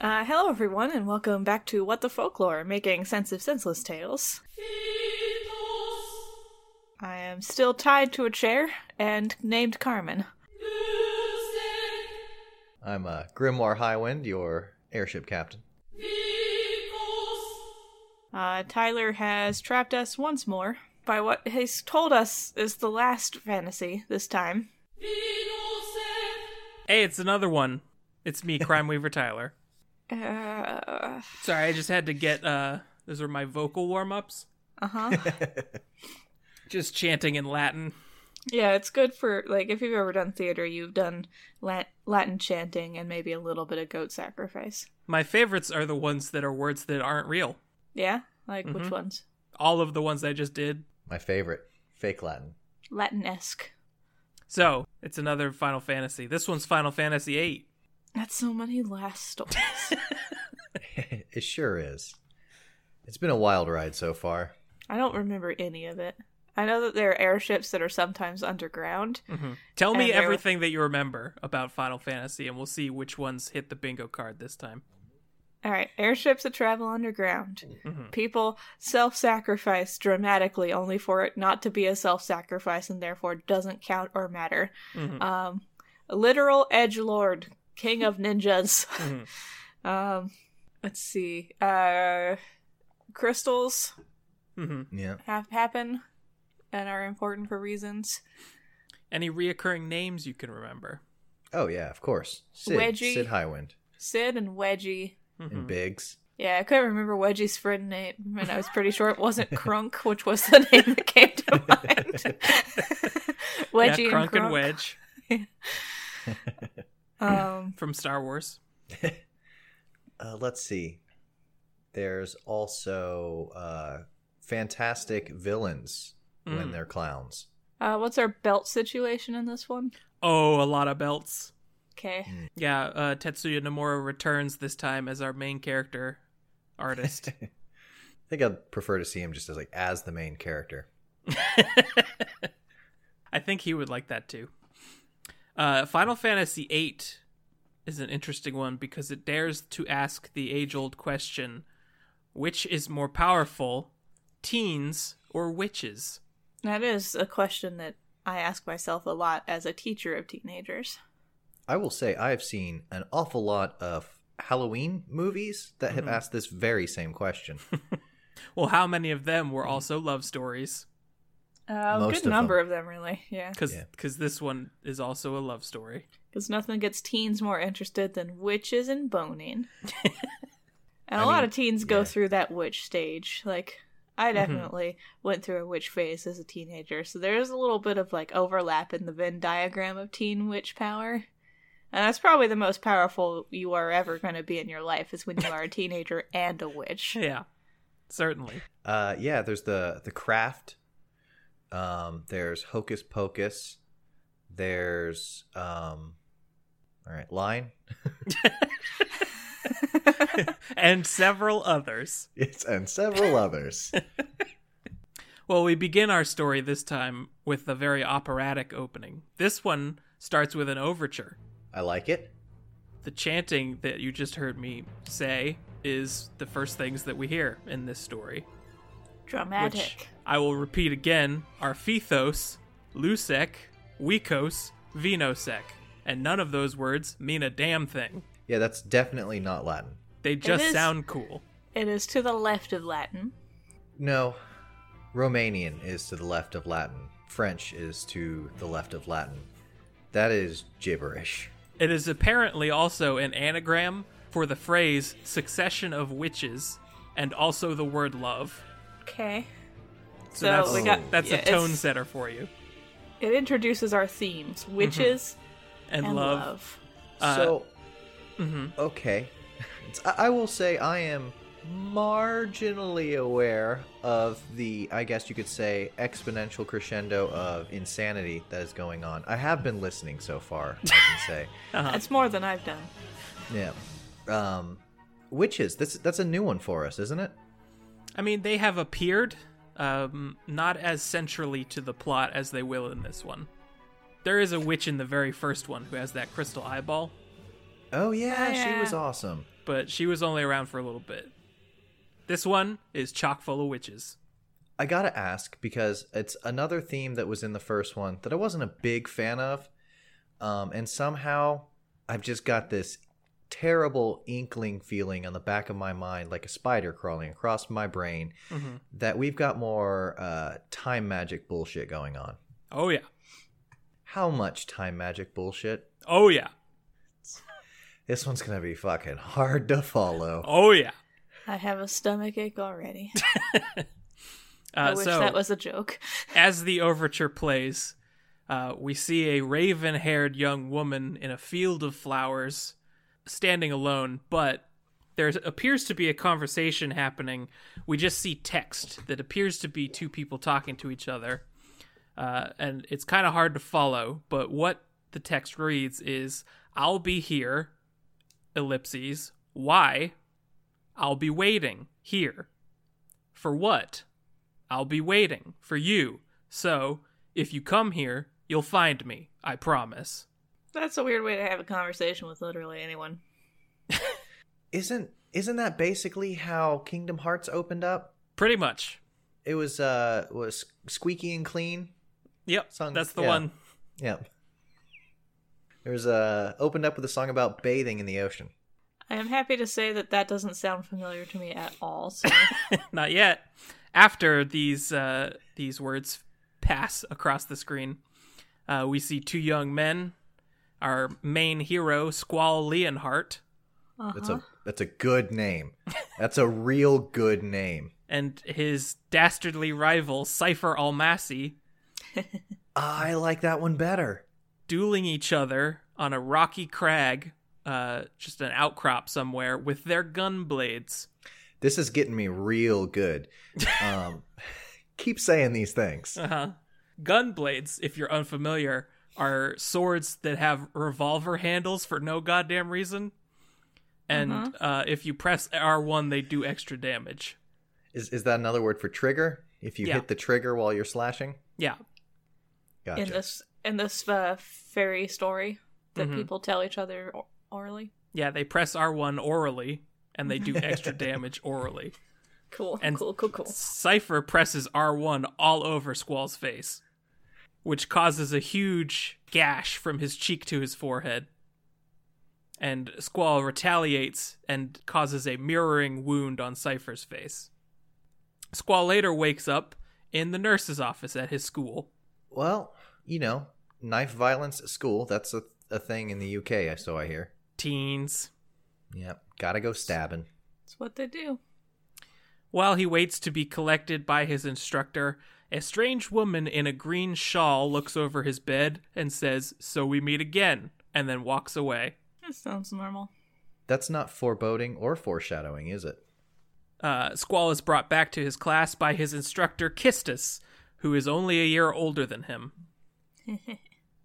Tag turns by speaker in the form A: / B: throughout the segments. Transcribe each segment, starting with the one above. A: Uh, hello everyone, and welcome back to What the Folklore, making sense of senseless tales. I am still tied to a chair and named Carmen.
B: I'm uh, Grimoire Highwind, your airship captain.
A: Uh, Tyler has trapped us once more by what he's told us is the last fantasy this time.
C: Hey, it's another one. It's me, Crime Weaver Tyler.
A: Uh
C: Sorry, I just had to get uh those are my vocal warm-ups.
A: huh.
C: Just chanting in Latin.
A: yeah, it's good for, like, if you've ever done theater, you've done Lat- Latin chanting and maybe a little bit of goat sacrifice.
C: My favorites are the ones that are words that aren't real.
A: Yeah? Like, which ones?
C: All of the ones I just did.
B: My favorite, fake Latin.
A: Latin esque.
C: So, it's another Final Fantasy. This one's Final Fantasy 8.
A: That's so many last stories.
B: it sure is. It's been a wild ride so far.
A: I don't remember any of it. I know that there are airships that are sometimes underground.
C: Mm-hmm. Tell me
A: And there was-
C: everything that you remember about Final Fantasy and we'll see which ones hit the bingo card this time.
A: All right, airships that travel underground. People self sacrifice dramatically only for it not to be a self sacrifice and therefore doesn't count or matter.
C: Mm-hmm.
A: Um, literal edge lord, king of ninjas.
C: Mm-hmm.
A: um, let's see. Uh, crystals
C: hmm
B: Yeah.
A: have happen and are important for reasons.
C: Any reoccurring names you can remember?
B: Oh yeah, of course. Sid,
A: Wedgie.
B: Sid Highwind,
A: Sid and Wedgie
C: Mm-hmm.
B: and Biggs.
A: Yeah, I couldn't remember Wedgie's friend name, and I was pretty sure it wasn't Crunk, which was the name that came to mind.
C: Yeah,
A: Wedgie and
C: Krunk
A: Crunk.
C: and Wedge
A: Um,
C: from Star Wars.
B: Uh, let's see. There's also uh, fantastic villains when
C: Mm.
B: they're clowns.
A: uh, what's our belt situation in this one?
C: Oh, a lot of belts.
A: Okay.
C: Yeah, uh, Tetsuya Nomura returns this time as our main character artist.
B: I think I'd prefer to see him just as like as the main character.
C: I think he would like that too. Uh, Final Fantasy VIII is an interesting one because it dares to ask the age old question which is more powerful, teens or witches?
A: That is a question that I ask myself a lot as a teacher of teenagers.
B: I will say I have seen an awful lot of Halloween movies that have asked this very same question.
C: Well, how many of them were also love stories?
A: Uh, a
B: Most
A: good
B: of
A: number
B: them.
A: of them, really. Yeah.
C: Because
B: Yeah.
C: this one is also a love story.
A: Because nothing gets teens more interested than witches and boning. and a
B: I
A: lot
B: mean,
A: of teens go
B: yeah. Mm-hmm.
A: through that witch stage. Like, I definitely went through a witch phase as a teenager. So there's a little bit of like overlap in the Venn diagram of teen witch power. And that's probably the most powerful you are ever going to be in your life is when you are a teenager and a witch.
C: Yeah, certainly.
B: Uh, yeah, there's the the craft. Um, there's Hocus Pocus. There's um, all right, line.
C: and several others.
B: It's and several others.
C: Well, we begin our story this time with a very operatic opening. This one starts with an overture.
B: I like it.
C: The chanting that you just heard me say is the first things that we hear in this story,
A: Dramatic.
C: which I will repeat again are Phethos, Lusek, Wikos, Vinosek, and none of those words mean a damn thing.
B: Yeah, that's definitely not Latin.
C: They just
A: is-
C: sound cool.
A: It is to the left of Latin.
B: No, Romanian is to the left of Latin. French is to the left of Latin. That is gibberish.
C: It is apparently also an anagram for the phrase succession of witches and also the word love.
A: Okay.
C: So,
A: So
C: that's,
A: we
B: got-
C: that's
A: yeah,
C: a tone
A: it's-
C: setter for you.
A: It introduces our themes
B: Mm-hmm.
A: witches
C: And,
A: and
C: love.
A: love.
C: Uh,
B: so, okay. It's- I I will say I am marginally aware of the, I guess you could say, exponential crescendo of insanity that is going on. I have been listening so far, I can say.
A: That's more than I've done.
B: Yeah. Um, witches. That's that's a new one for us, isn't it?
C: I mean, they have appeared, um, not as centrally to the plot as they will in this one. There is a witch in the very first one who has that crystal eyeball.
B: Oh yeah,
A: Oh, yeah.
B: she was awesome.
C: but she was only around for a little bit. This one is chock full of witches.
B: I gotta ask because it's another theme that was in the first one that I wasn't a big fan of, um, and somehow I've just got this terrible inkling feeling on the back of my mind, like a spider crawling across my brain,
C: Mhm.
B: that we've got more uh, time magic bullshit going on.
C: Oh yeah,
B: How much time magic bullshit?
C: oh yeah,
B: This one's gonna be fucking hard to follow.
C: oh yeah.
A: I have a stomach ache already. I
C: Uh,
A: wish
C: so
A: that was a joke.
C: as the overture plays, uh, we see a raven-haired young woman in a field of flowers, standing alone. But there appears to be a conversation happening. We just see text that appears to be two people talking to each other, uh, and it's kind of hard to follow. But what the text reads is, "I'll be here," ellipses. Why? I'll be waiting here. For what? I'll be waiting for you. So, if you come here, you'll find me. I promise.
A: That's a weird way to have a conversation with literally anyone.
B: Isn't isn't that basically how Kingdom Hearts opened up?
C: Pretty much.
B: It was uh was squeaky and clean.
C: Yep.
B: Song-
C: that's the
B: yeah.
C: one.
B: Yep. There was a opened up with a song about bathing in the ocean.
A: I am happy to say that that doesn't sound familiar to me at all. So
C: Not yet. After these uh, these words pass across the screen, uh, we see two young men. Our main hero, Squall Leonhart,
A: uh-huh.
B: That's a that's a good name. That's a real good name.
C: and his dastardly rival, Cypher Almasi,
B: I like that one better.
C: dueling each other on a rocky crag, uh, just an outcrop somewhere, with their gun blades.
B: This is getting me real good. Um, keep saying these
A: Uh.
B: things.
C: Uh-huh. Gun blades, if you're unfamiliar, are swords that have revolver handles for no goddamn reason. And
A: Mhm.
C: uh, if you press R1, they do extra damage.
B: Is is that another word for trigger? If you
C: Yeah.
B: hit the trigger while you're slashing.
C: Yeah.
B: Gotcha.
A: in this in this uh, fairy story that
C: Mhm.
A: people tell each other or- orally.
C: Yeah, they press R1 orally, and they do extra damage orally.
A: Cool,
C: And-
A: cool, cool, cool.
C: Cypher presses R1 all over Squall's face, which causes a huge gash from his cheek to his forehead. And Squall retaliates and causes a mirroring wound on Cypher's face. Squall later wakes up in the nurse's office at his school.
B: Well, you know, knife violence at school. That's a, a thing in the UK. I so I hear.
C: Teens.
B: Yep. Gotta go stabbing.
A: That's what they do.
C: While he waits to be collected by his instructor, a strange woman in a green shawl looks over his bed and says, So we meet again, and then walks away.
A: That sounds normal.
B: That's not foreboding or foreshadowing, is it?
C: Uh, Squall is brought back to his class by his instructor Kistis, who is only a year older than him.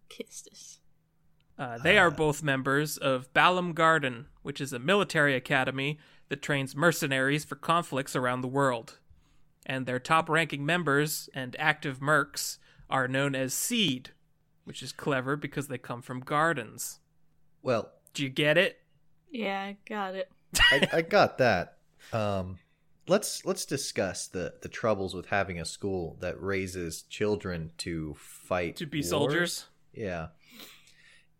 A: Kissed us.
C: Uh, they are both members of Balam Garden, which is a military academy that trains mercenaries for conflicts around the world. And their top ranking members and active mercs are known as Seed, which is clever because they come from gardens.
B: Well,
C: Do you get it?
A: Yeah, I got it.
B: I, I got that. Um, let's let's discuss the the troubles with having a school that raises children to fight
C: To be
B: wars.
C: soldiers?
B: Yeah,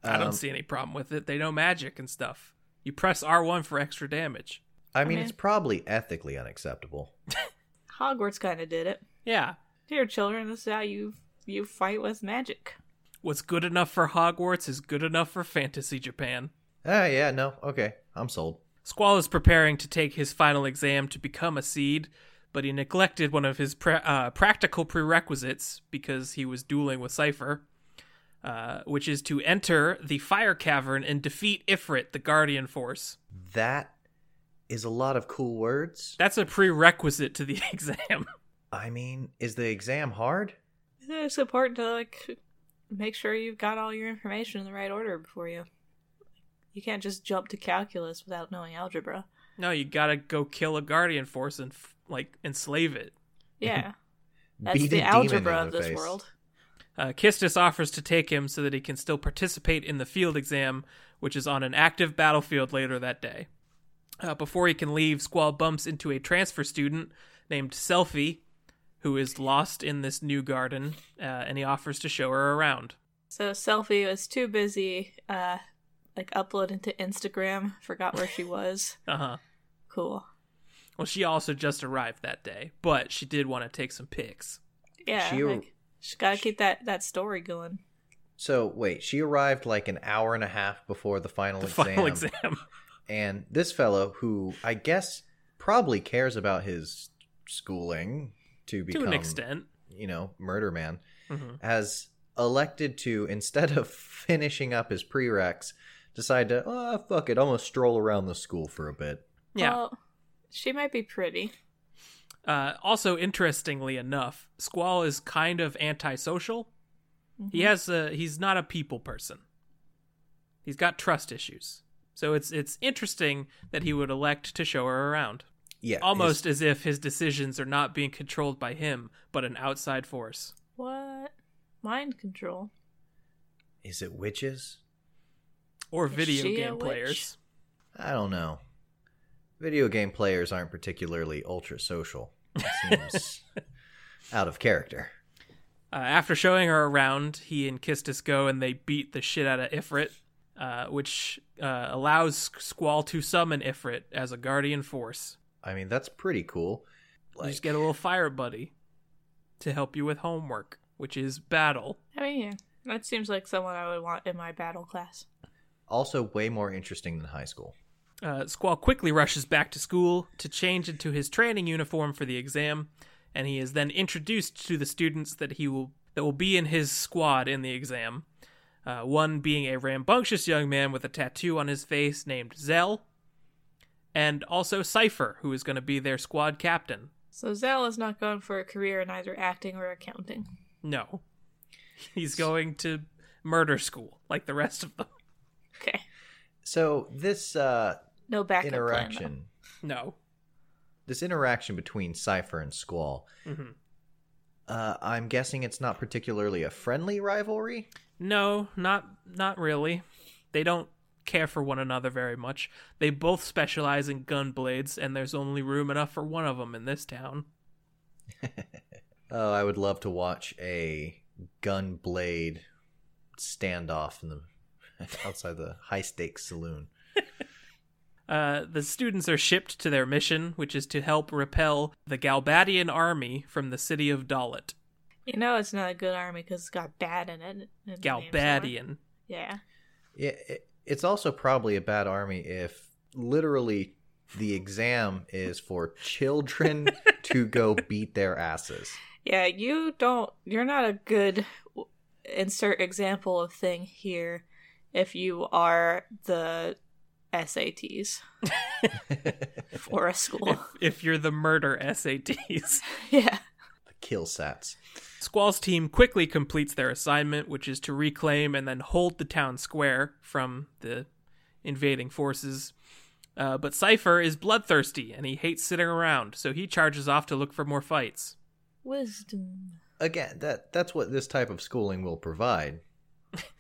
C: I don't
B: Um,
C: see any problem with it. They know magic and stuff. You press R1 for extra damage.
B: I mean,
A: Okay.
B: it's probably ethically unacceptable.
A: Hogwarts kind of did it.
C: Yeah,
A: Here, children, this is how you you fight with magic.
C: What's good enough for Hogwarts is good enough for Fantasy Japan.
B: Ah, yeah, no, okay, I'm sold.
C: Squall is preparing to take his final exam to become a seed, but he neglected one of his pre- uh, practical prerequisites because he was dueling with Cypher, uh, which is to enter the Fire Cavern and defeat Ifrit, the Guardian Force.
B: That is a lot of cool words.
C: That's a prerequisite to the exam.
B: I mean, is the exam hard?
A: It's important to like make sure you've got all your information in the right order before you. You can't just jump to calculus without knowing algebra.
C: no, you gotta go kill a Guardian Force and, f- like, enslave it.
A: Yeah, that's
B: Beat a
A: the
B: demon
A: algebra
B: in
A: of
B: the
A: this
B: face.
A: world.
C: Uh, Kistis offers to take him so that he can still participate in the field exam, which is on an active battlefield later that day. Uh, before he can leave, Squall bumps into a transfer student named Selfie, who is lost in this new garden, uh, and he offers to show her around.
A: So Selfie was too busy, uh, like uploading to Instagram, forgot where she was.
C: Uh huh.
A: Cool.
C: Well, she also just arrived that day, but she did want to take some pics.
A: Yeah,
B: She-
A: she, like, she gotta keep that that story going.
B: So wait, she arrived like an hour and a half before the final
C: The
B: exam.
C: final exam.
B: And this fellow, who I guess probably cares about his schooling to become,
C: to an extent.
B: you know, murder man,
C: Mhm.
B: has elected to instead of finishing up his prereqs, decide to oh fuck it, I'm gonna stroll around the school for a bit.
C: Yeah.
A: Well, she might be pretty.
C: Uh, also, interestingly enough, Squall is kind of antisocial.
A: Mm-hmm.
C: He has a he's not a people person. He's got trust issues, so it's it's interesting that he would elect to show her around,
B: Yeah, his-
C: almost as if his decisions are not being controlled by him, but an outside force.
A: What? Mind control.
B: Is it witches?
C: Or
A: Is
C: video
A: she a
C: game
A: witch?
C: players.
B: I don't know. Video game players aren't particularly ultra social. It seems out of character.
C: Uh, after showing her around, he and Kistis go and they beat the shit out of Ifrit, uh, which uh, allows Squall to summon Ifrit as a guardian force.
B: I mean, that's pretty cool.
C: you just get a little fire buddy to help you with homework, which is battle.
A: I mean, yeah, that seems like someone I would want in my battle class.
B: also way more interesting than high school.
C: Uh, Squall quickly rushes back to school to change into his training uniform for the exam, and he is then introduced to the students that he will that will be in his squad in the exam. Uh, one being a rambunctious young man with a tattoo on his face named Zell, and also Cipher, who is going to be their squad captain.
A: So Zell is not going for a career in either acting or accounting.
C: No, he's going to murder school like the rest of them.
A: Okay.
B: So this uh,
A: No backup plan, though.
B: interaction,
C: No,
B: this interaction between Cipher and Squall,
C: hmm
B: uh, I'm guessing it's not particularly a friendly rivalry.
C: No, not not really. They don't care for one another very much. They both specialize in gun blades, and there's only room enough for one of them in this town.
B: Oh, I would love to watch a gun blade standoff in the outside the high stakes saloon.
C: Uh, the students are shipped to their mission, which is to help repel the Galbadian army from the city of Dalit.
A: You know, it's not a good army because it's got bad in it. in the name somewhere.
C: Galbadian.
A: Yeah.
B: Yeah, it, it's also probably a bad army if literally the exam is for children to go beat their asses.
A: Yeah, you don't. You're not a good w- insert example of thing here if you are the SATs for a school.
C: If, if you're the murder SATs.
A: yeah.
B: Kill sats.
C: Squall's team quickly completes their assignment, which is to reclaim and then hold the town square from the invading forces. Uh, but Cypher is bloodthirsty and he hates sitting around, so he charges off to look for more fights.
A: Wisdom.
B: Again, that that's what this type of schooling will provide.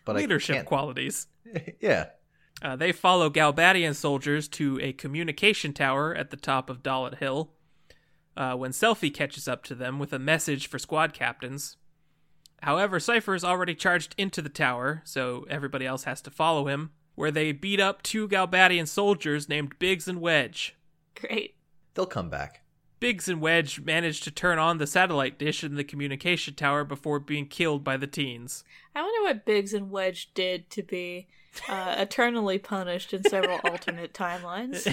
B: But
C: Leadership
B: I can't,
C: qualities.
B: yeah.
C: Uh, they follow Galbadian soldiers to a communication tower at the top of Dalit Hill uh, when Selfie catches up to them with a message for squad captains. However, Cypher is already charged into the tower, so everybody else has to follow him, where they beat up two Galbadian soldiers named Biggs and Wedge.
A: Great.
B: They'll come back.
C: Biggs and Wedge manage to turn on the satellite dish in the communication tower before being killed by the teens.
A: I wonder what Biggs and Wedge did to be uh, eternally punished in several alternate timelines.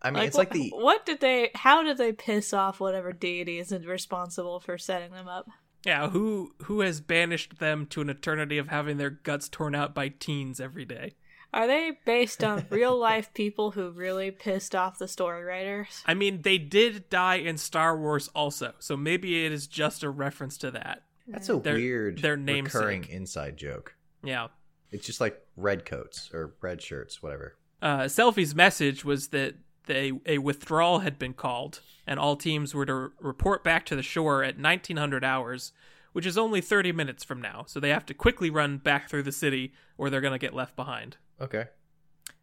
B: I mean, it's
A: wh-
B: like the
A: What did they. How did they piss off whatever deity is responsible for setting them up?
C: Yeah, who who has banished them to an eternity of having their guts torn out by teens every day?
A: Are they based on real life people who really pissed off the story writers?
C: I mean, they did die in Star Wars also, so maybe it is just a reference to that.
B: that's a
C: their-
B: weird
C: their
B: recurring
C: namesake.
B: inside joke.
C: Yeah.
B: It's just like red coats or red shirts, whatever.
C: Uh, Selfie's message was that they a withdrawal had been called, and all teams were to report back to the shore at 1900 hours, which is only 30 minutes from now. So they have to quickly run back through the city, or they're gonna get left behind.
B: Okay.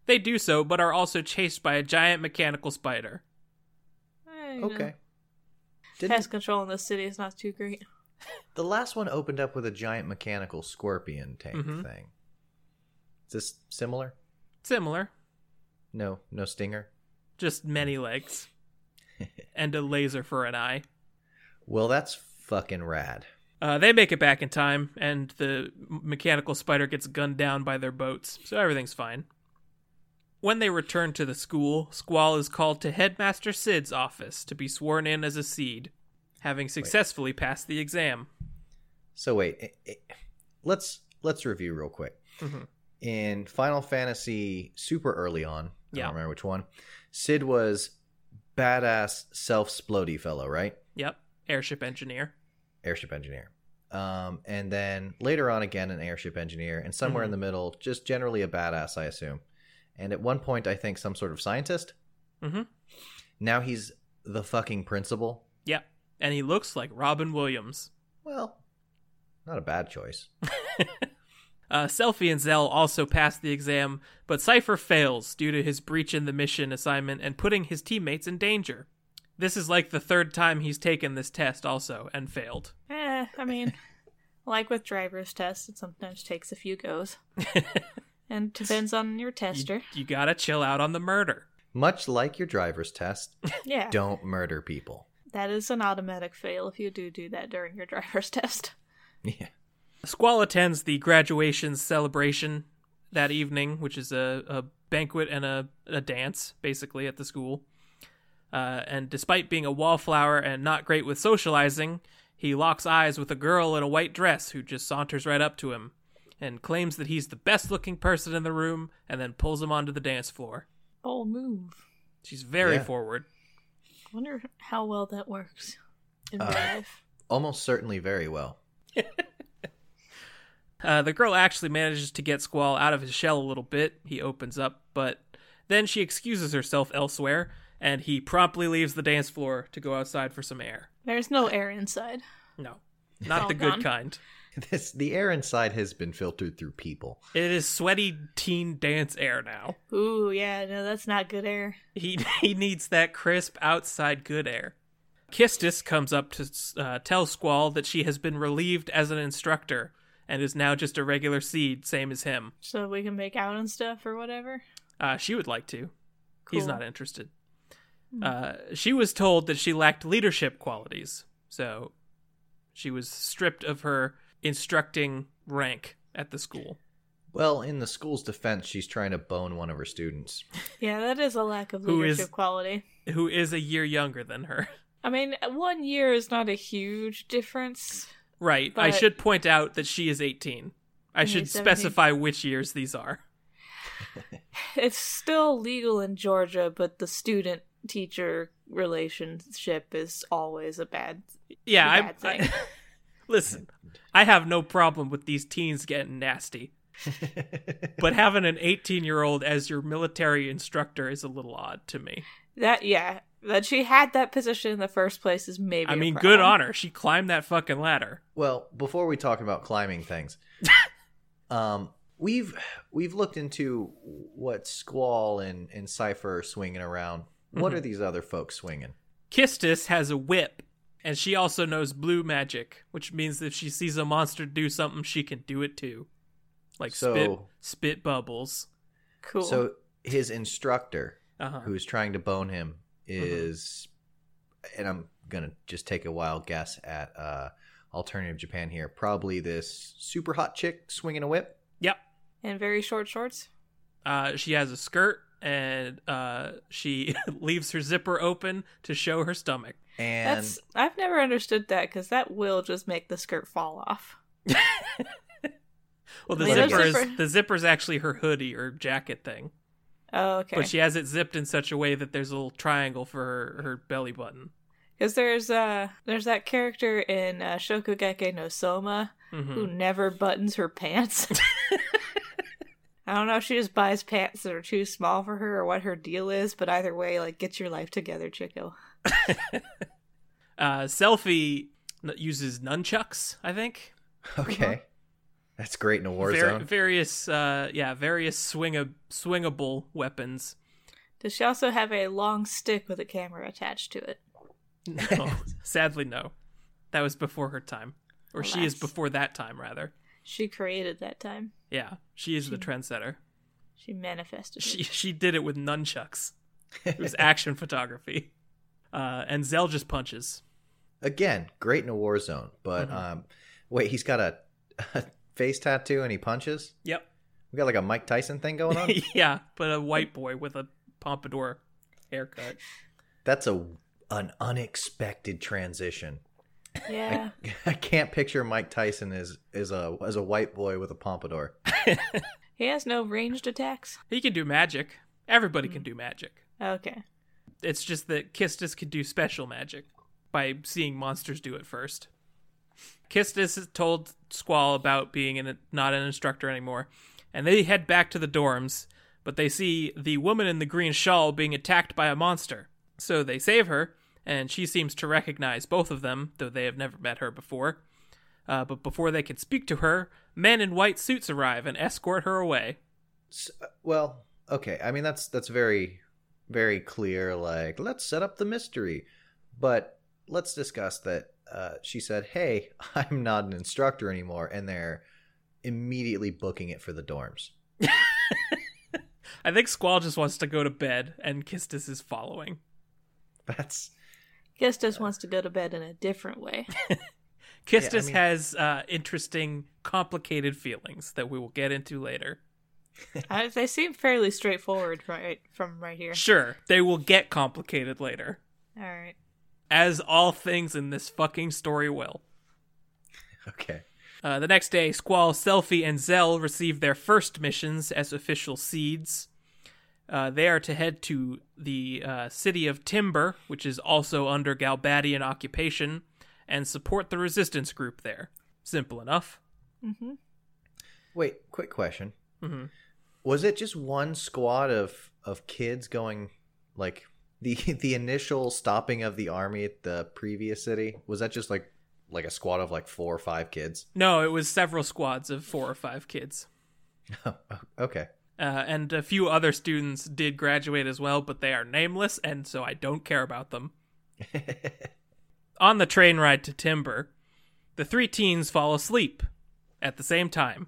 C: They do so, but are also chased by a giant mechanical spider.
A: Eh, you know,
B: Okay.
A: Pest
B: Didn't,
A: control in this city is not too great.
B: the last one opened up with a giant mechanical scorpion tank
C: Mhm.
B: thing. Is this similar?
C: Similar,
B: No, no stinger.
C: just many legs and a laser for an eye.
B: Well, that's fucking rad.
C: Uh, they make it back in time, and the mechanical spider gets gunned down by their boats, so everything's fine. When they return to the school, Squall is called to Headmaster Sid's office to be sworn in as a seed, having successfully passed the exam.
B: So wait, eh, eh, let's let's review real quick.
C: Mhm.
B: In Final Fantasy, super early on, I
C: Yeah.
B: don't remember which one. Sid was badass, self splody fellow, right?
C: Yep, airship engineer.
B: Airship engineer. Um, and then later on again, an airship engineer, and somewhere in
C: Mhm.
B: the middle, just generally a badass, I assume. And at one point, I think some sort of scientist.
C: Mhm.
B: Now he's the fucking principal.
C: Yep, and he looks like Robin Williams.
B: Well, not a bad choice.
C: Uh, Selfie and Zell also pass the exam, but Cypher fails due to his breach in the mission assignment and putting his teammates in danger. This is like the third time he's taken this test also and failed.
A: Eh, I mean, like with driver's tests, it sometimes takes a few goes. and depends on your tester.
C: You, you gotta chill out on the murder.
B: Much like your driver's test,
A: Yeah.
B: don't murder people.
A: That is an automatic fail if you do do that during your driver's test.
B: Yeah.
C: Squall attends the graduation celebration that evening, which is a, a banquet and a, a dance, basically, at the school. Uh, and despite being a wallflower and not great with socializing, he locks eyes with a girl in a white dress who just saunters right up to him and claims that he's the best looking person in the room and then pulls him onto the dance floor.
A: Bold move.
C: She's very
B: Yeah.
C: forward.
A: Wonder how well that works in
B: Uh,
A: real life.
B: Almost certainly very well.
C: Uh, the girl actually manages to get Squall out of his shell a little bit. He opens up, but then she excuses herself elsewhere, and he promptly leaves the dance floor to go outside for some air.
A: There's no air inside.
C: No, not the
A: Well done.
C: good kind.
B: This the air inside has been filtered through people.
C: It is sweaty teen dance air now.
A: Ooh, yeah, no, that's not good air.
C: He he needs that crisp outside good air. Kistis comes up to uh, tell Squall that she has been relieved as an instructor and is now just a regular seed, same as him.
A: So we can make out and stuff or whatever.
C: Uh, she would like to.
A: Cool.
C: He's
A: Hmm.
C: not interested. Uh, she was told that she lacked leadership qualities, so she was stripped of her instructing rank at the school.
B: Well, in the school's defense, she's trying to bone one of her students.
A: Yeah, that is a lack of
C: Who is-
A: leadership quality.
C: Who is a year younger than her?
A: I mean, one year is not a huge difference.
C: Right. I
A: But-
C: should point out that she is 18. I
A: And
C: should
A: he's 17.
C: specify which years these are.
A: It's still legal in Georgia, but the student teacher relationship is always a bad.
C: Yeah,
A: It's a
C: I,
A: bad
C: I listen. I have no problem with these teens getting nasty, but having an 18-year-old as your military instructor is a little odd to me.
A: That yeah, that she had that position in the first place is maybe.
C: I
A: a
C: mean, good
A: problem.
C: on her. She climbed that fucking ladder.
B: Well, before we talk about climbing things, um, we've we've looked into what Squall and and Cipher are swinging around. What
C: Mhm.
B: are these other folks swinging?
C: Kistis has a whip, and she also knows blue magic, which means that if she sees a monster do something, she can do it too. Like spit,
B: So-
C: spit bubbles.
A: Cool.
B: So his instructor,
C: Uh-huh.
B: who's trying to bone him, is, and I'm gonna just take a wild guess at uh, alternative Japan here. Probably this super hot chick swinging a whip.
C: Yep.
A: and very short shorts.
C: Uh, she has a skirt, and uh, she leaves her zipper open to show her stomach.
B: And
A: That's I've never understood that because that will just make the skirt fall off.
C: Well, the
B: Wait, her
C: zipper is
A: zipper-
C: the zipper's actually her hoodie or jacket thing,
A: Oh, okay.
C: but she has it zipped in such a way that there's a little triangle for her, her belly button.
A: Because there's uh there's that character in uh, Shokugeki no Soma
C: Mhm.
A: who never buttons her pants. I don't know if she just buys pants that are too small for her or what her deal is, but either way, like get your life together, Chico.
C: Uh, Selfie n- uses nunchucks, I think.
B: okay. That's great in a war
C: Var-
B: zone.
C: various, uh, yeah, various swinga- swingable weapons.
A: Does she also have a long stick with a camera attached to it?
C: No, sadly, no. That was before her time, or she is
A: Alas.
C: before that time, rather.
A: She created that time.
C: Yeah, she is the trendsetter.
A: She manifested.
C: She
A: it.
C: she did it with nunchucks. It was action photography, uh, and Zell just punches.
B: Again, great in a war zone. But um, wait, he's got a, a face tattoo and he punches.
C: Yep.
B: We got like a Mike Tyson thing going on.
C: yeah, but a white boy with a pompadour haircut.
B: That's a an unexpected transition.
A: Yeah.
B: I can't picture Mike Tyson as as a as a white boy with a pompadour.
A: He has no ranged attacks.
C: He can do magic. Everybody
B: Mm.
C: can do magic.
A: Okay.
C: It's just that Kistis could do special magic by seeing monsters do it first. Kistis is told Squall about being an, not an instructor anymore, and they head back to the dorms, but they see the woman in the green shawl being attacked by a monster. So they save her, and she seems to recognize both of them, though they have never met her before. Uh, but before they can speak to her, men in white suits arrive and escort her away.
B: S- uh, well, okay. I mean, that's that's very very clear. Like, let's set up the mystery, but let's discuss that. Uh, she said, "Hey, I'm not an instructor anymore," and they're immediately booking it for the dorms.
C: I think Squall just wants to go to bed, and Kistis is following.
B: That's
A: Gistus wants to go to bed in a different way.
C: Kistis
B: Yeah, I mean-
C: has uh, interesting, complicated feelings that we will get into later.
A: I, they seem fairly straightforward right from right here.
C: Sure, they will get complicated later,
A: All right.
C: as all things in this fucking story will.
B: okay.
C: Uh, the next day, Squall, Selfie, and Zell receive their first missions as official seeds. Uh, they are to head to the uh, city of Timber, which is also under Galbadian occupation, and support the resistance group there. Simple enough.
A: Mm-hmm.
B: Wait, quick question:
C: Mhm.
B: Was it just one squad of of kids going like? The, the initial stopping of the army at the previous city was that just like like a squad of like four or five kids
C: No, it was several squads of four or five kids.
B: Oh, okay
C: uh, and a few other students did graduate as well, but they are nameless, and so I don't care about them. On the train ride to Timber, the three teens fall asleep at the same time,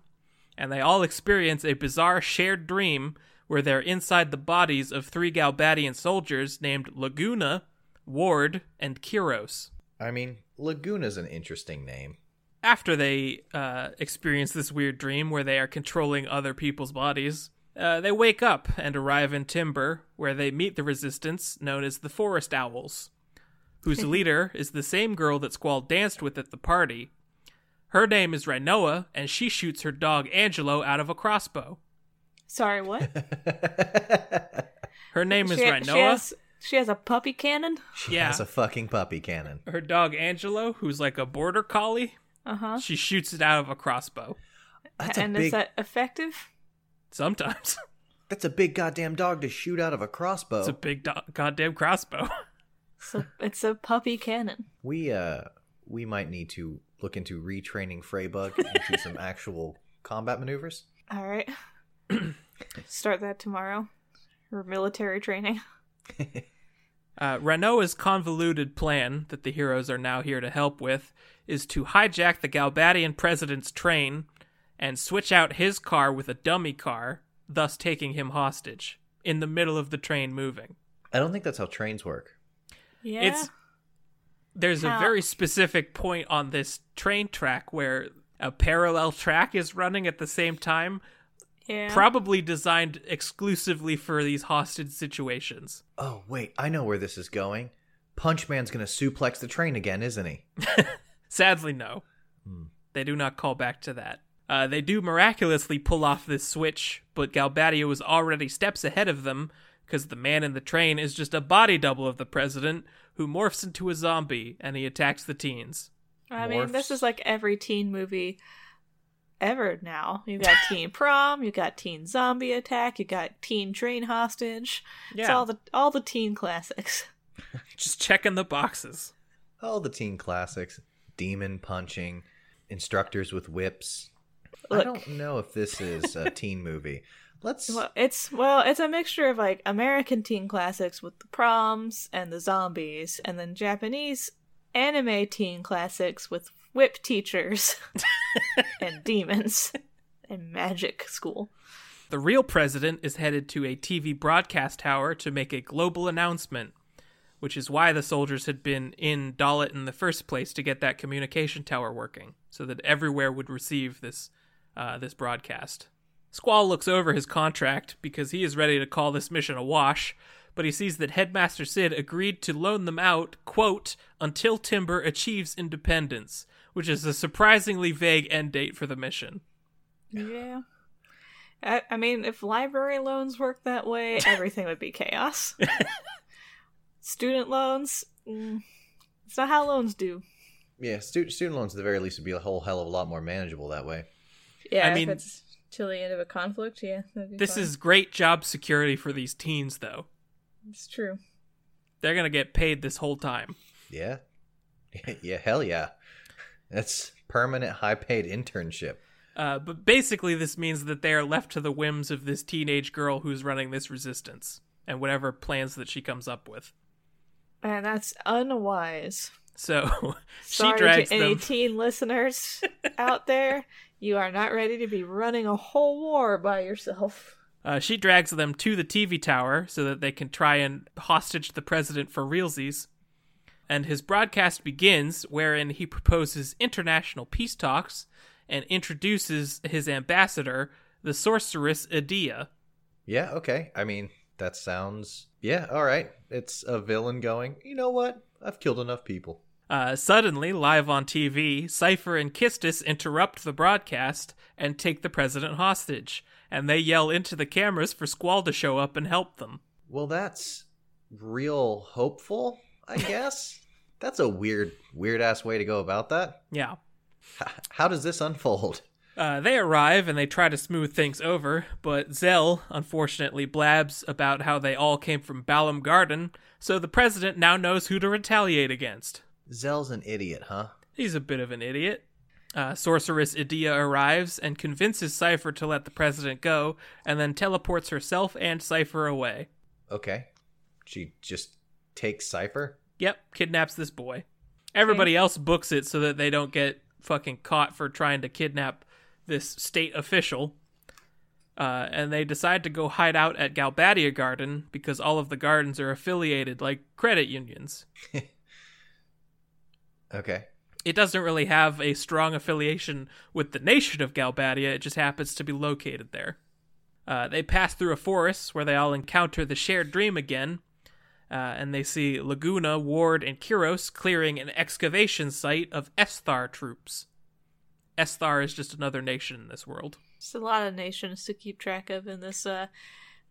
C: and they all experience a bizarre shared dream where they're inside the bodies of three Galbadian soldiers named Laguna, Ward, and Kiros.
B: I mean, Laguna's an interesting name.
C: after they uh, experience this weird dream where they are controlling other people's bodies, uh, they wake up and arrive in Timber, where they meet the resistance known as the Forest Owls, whose leader is the same girl that Squall danced with at the party. Her name is Rhinoa, and she shoots her dog Angelo out of a crossbow.
A: Sorry, what?
C: Her name is
A: she,
C: Rhinoa.
A: she has she has a puppy cannon.
B: She
C: Yeah.
B: has a fucking puppy cannon.
C: Her dog Angelo, who's like a border collie,
A: Uh huh.
C: she shoots it out of a crossbow.
B: That's a
A: And is
B: big.
A: that effective?
C: Sometimes
B: That's a big goddamn dog to shoot out of a crossbow.
C: it's a big do- goddamn crossbow.
A: It's a, it's a puppy cannon.
B: we uh, we might need to look into retraining Freybug into some actual combat maneuvers.
A: All right. Start that tomorrow. Or military training.
C: Uh, Renoa's convoluted plan that the heroes are now here to help with is to hijack the Galbadian president's train and switch out his car with a dummy car, thus taking him hostage in the middle of the train moving.
B: I don't think that's how trains work.
A: Yeah.
C: It's there's a
A: How-
C: very specific point on this train track where a parallel track is running at the same time,
A: yeah.
C: probably designed exclusively for these hostage situations.
B: Oh wait, I know where this is going. Punch Man's gonna suplex the train again, isn't he?
C: Sadly, no. They do not call back to that. Uh, they do miraculously pull off this switch, but Galbadia was already steps ahead of them because the man in the train is just a body double of the president who morphs into a zombie and he attacks the teens.
A: I mean, this
B: morphs.
A: is like every teen movie ever now. You got teen prom, you got teen zombie attack, you got teen train hostage. It's
C: Yeah.
A: all the all the teen classics.
C: Just checking the boxes.
B: All the teen classics: demon punching, instructors with whips. I
A: Look.
B: don't know if this is a teen movie. Let's.
A: Well, it's well, it's a mixture of like American teen classics with the proms and the zombies, and then Japanese anime teen classics with whip teachers and demons and magic school.
C: The real president is headed to a TV broadcast tower to make a global announcement, which is why the soldiers had been in Dalit in the first place to get that communication tower working, so that everywhere would receive this uh, this broadcast. Squall looks over his contract because he is ready to call this mission a wash, but he sees that Headmaster Sid agreed to loan them out, quote, until Timber achieves independence, which is a surprisingly vague end date for the mission.
A: Yeah. I, I mean, if library loans worked that way, everything would be chaos. Student loans, mm, it's not how loans do.
B: Yeah, stu- student loans at the very least would be a whole hell of a lot more manageable that way.
A: Yeah,
C: I mean-
A: if it's till the end of a conflict, yeah. that'd be
C: This
A: fine.
C: is great job security for these teens, though.
A: it's true.
C: They're going to get paid this whole time.
B: Yeah. yeah, hell yeah. That's permanent high paid internship.
C: Uh, but basically, this means that they are left to the whims of this teenage girl who's running this resistance and whatever plans that she comes up with.
A: And that's unwise.
C: So she
A: Sorry
C: drags
A: to any
C: them.
A: teen listeners out there. You are not ready to be running a whole war by yourself.
C: Uh, she drags them to the TV tower so that they can try and hostage the president for realsies. And his broadcast begins, wherein he proposes international peace talks and introduces his ambassador, the sorceress Adia.
B: Yeah, okay. I mean, that sounds. Yeah, all right. It's a villain going, you know what? I've killed enough people.
C: Uh, suddenly, live on TV, Cypher and Kistis interrupt the broadcast and take the president hostage. And they yell into the cameras for Squall to show up and help them.
B: Well, that's real hopeful, I guess. that's a weird, weird ass way to go about that.
C: Yeah.
B: H- how does this unfold?
C: Uh, they arrive and they try to smooth things over, but Zell, unfortunately, blabs about how they all came from Balam Garden, so the president now knows who to retaliate against.
B: Zell's an idiot, huh?
C: He's a bit of an idiot. Uh, Sorceress Idia arrives and convinces Cypher to let the president go, and then teleports herself and Cypher away.
B: Okay. She just takes Cypher?
C: Yep, kidnaps this boy. Everybody else books it so that they don't get fucking caught for trying to kidnap this state official. Uh, and they decide to go hide out at Galbadia Garden because all of the gardens are affiliated like credit unions.
B: Okay.
C: It doesn't really have a strong affiliation with the nation of Galbadia, it just happens to be located there. Uh, they pass through a forest where they all encounter the shared dream again, uh, and they see Laguna, Ward, and Kyros clearing an excavation site of Esthar troops. Esthar is just another nation in this world.
A: It's a lot of nations to keep track of in this uh,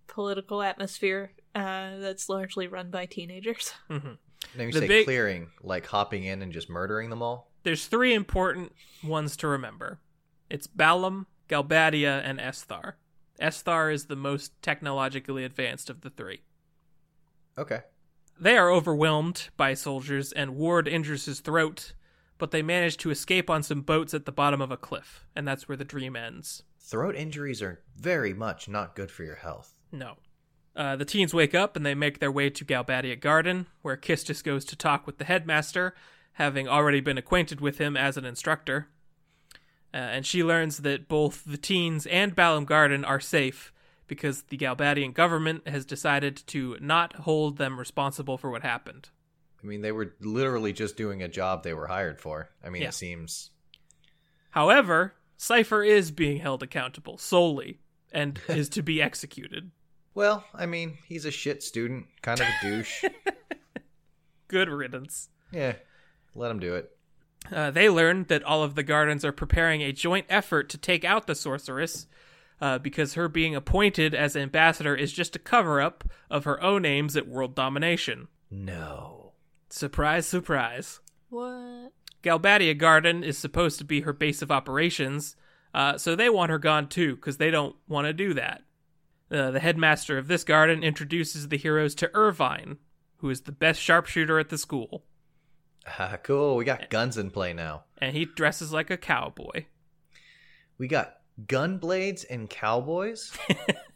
A: political atmosphere uh, that's largely run by teenagers.
C: hmm
B: Now you
C: The
B: say
C: big-
B: clearing, like hopping in and just murdering them all?
C: There's three important ones to remember it's Balam, Galbadia, and Esthar. Esthar is the most technologically advanced of the three.
B: Okay.
C: They are overwhelmed by soldiers, and Ward injures his throat, but they manage to escape on some boats at the bottom of a cliff, and that's where the dream ends.
B: Throat injuries are very much not good for your health.
C: No. Uh, the teens wake up and they make their way to Galbadia Garden, where Kistis goes to talk with the headmaster, having already been acquainted with him as an instructor. Uh, and she learns that both the teens and Balam Garden are safe because the Galbadian government has decided to not hold them responsible for what happened.
B: I mean, they were literally just doing a job they were hired for. I mean,
C: Yeah.
B: it seems.
C: However, Cypher is being held accountable solely and is to be executed.
B: Well, I mean, he's a shit student, kind of a douche.
C: Good riddance.
B: yeah, let him do it.
C: Uh, they learn that all of the gardens are preparing a joint effort to take out the sorceress uh, because her being appointed as ambassador is just a cover up of her own aims at world domination.
B: No.
C: Surprise, surprise.
A: What?
C: Galbadia Garden is supposed to be her base of operations, uh, so they want her gone too, because they don't want to do that. Uh, the headmaster of this garden introduces the heroes to Irvine, who is the best sharpshooter at the school, Eh.
B: Ah, cool. We got guns in play now.
C: and he dresses like a cowboy.
B: We got gun blades and cowboys.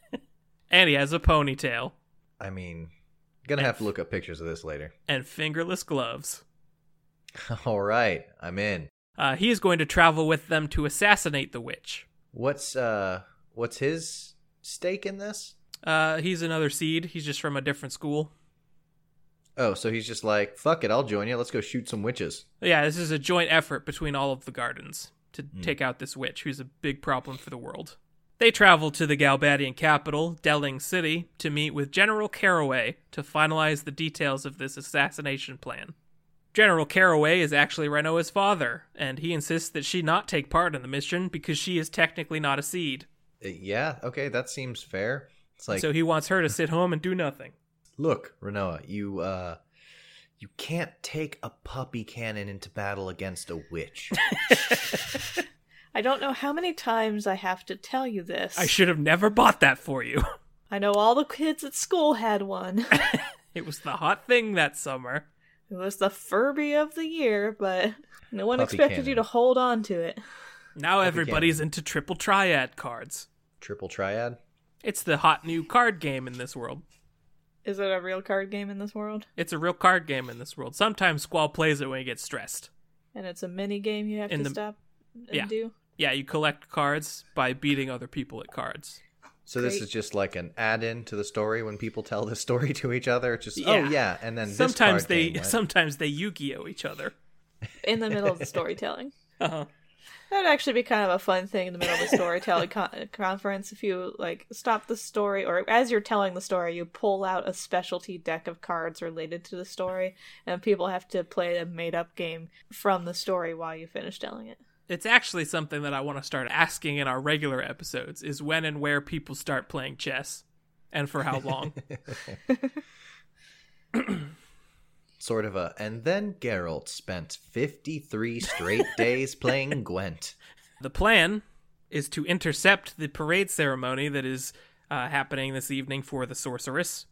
C: and he has a ponytail
B: I mean, gonna have to look up pictures of this later.
C: and fingerless gloves.
B: All right, I'm in.
C: Uh, he is going to travel with them to assassinate the witch.
B: What's uh, what's his stake in this?
C: Uh, he's another seed. He's just from a different school.
B: Oh, so he's just like, fuck it, I'll join you. Let's go shoot some witches.
C: Yeah, this is a joint effort between all of the gardens to
B: Hmm.
C: take out this witch, who's a big problem for the world. They travel to the Galbadian capital, Delling City, to meet with General Caraway to finalize the details of this assassination plan. General Caraway is actually Renoa's father, and he insists that she not take part in the mission because she is technically not a seed.
B: Uh, Yeah, okay, that seems fair. It's like,
C: so he wants her to sit home and do nothing.
B: look, Renoa, you uh, you can't take a puppy cannon into battle against a witch.
A: I don't know how many times I have to tell you this.
C: I should have never bought that for you.
A: I know all the kids at school had one.
C: It was the hot thing that summer.
A: It was the Furby of the year, but no one
B: Puppy
A: expected you
B: cannon.
A: to hold on to it.
C: Now
B: Puppy
C: everybody's
B: cannon.
C: into triple triad cards.
B: Triple triad.
C: It's the hot new card game in this world.
A: Is it a real card game in this world?
C: It's a real card game in this world. Sometimes Squall plays it when he gets stressed.
A: And it's a mini game you have to
C: In the-
A: stop and
C: yeah.
A: do?
C: Yeah, you collect cards by beating other people at cards.
B: So this
A: Great.
B: is just like an add-in to the story when people tell this story to each other. It's just,
C: Yeah.
B: oh yeah, and then this
C: sometimes
B: card
C: they
B: game, right?
C: sometimes they Yu-Gi-Oh each other.
A: In the middle of the storytelling.
C: Uh-huh.
A: That'd actually be kind of a fun thing in the middle of the storytelling con- conference if you like stop the story or as you're telling the story, you pull out a specialty deck of cards related to the story, and people have to play a made-up game from the story while you finish telling it.
C: It's actually something that I want to start asking in our regular episodes is when and where people start playing chess and for how long.
B: sort of a. And then Geralt spent fifty-three straight days playing Gwent.
C: The plan is to intercept the parade ceremony that is uh, happening this evening for the sorceress.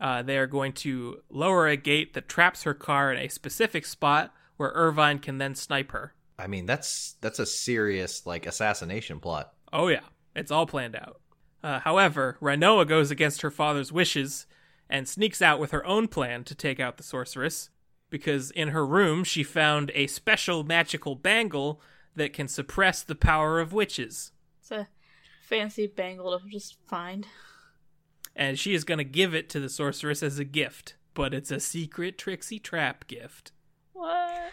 C: Uh, they are going to lower a gate that traps her car in a specific spot where Irvine can then snipe her.
B: I mean, that's that's a serious like assassination plot.
C: Oh, yeah, it's all planned out. Uh, however, Rhinoa goes against her father's wishes and sneaks out with her own plan to take out the sorceress because in her room she found a special magical bangle that can suppress the power of witches.
A: It's a fancy bangle to just find.
C: and she is going to give it to the sorceress as a gift, but it's a secret Trixie Trap gift.
A: What?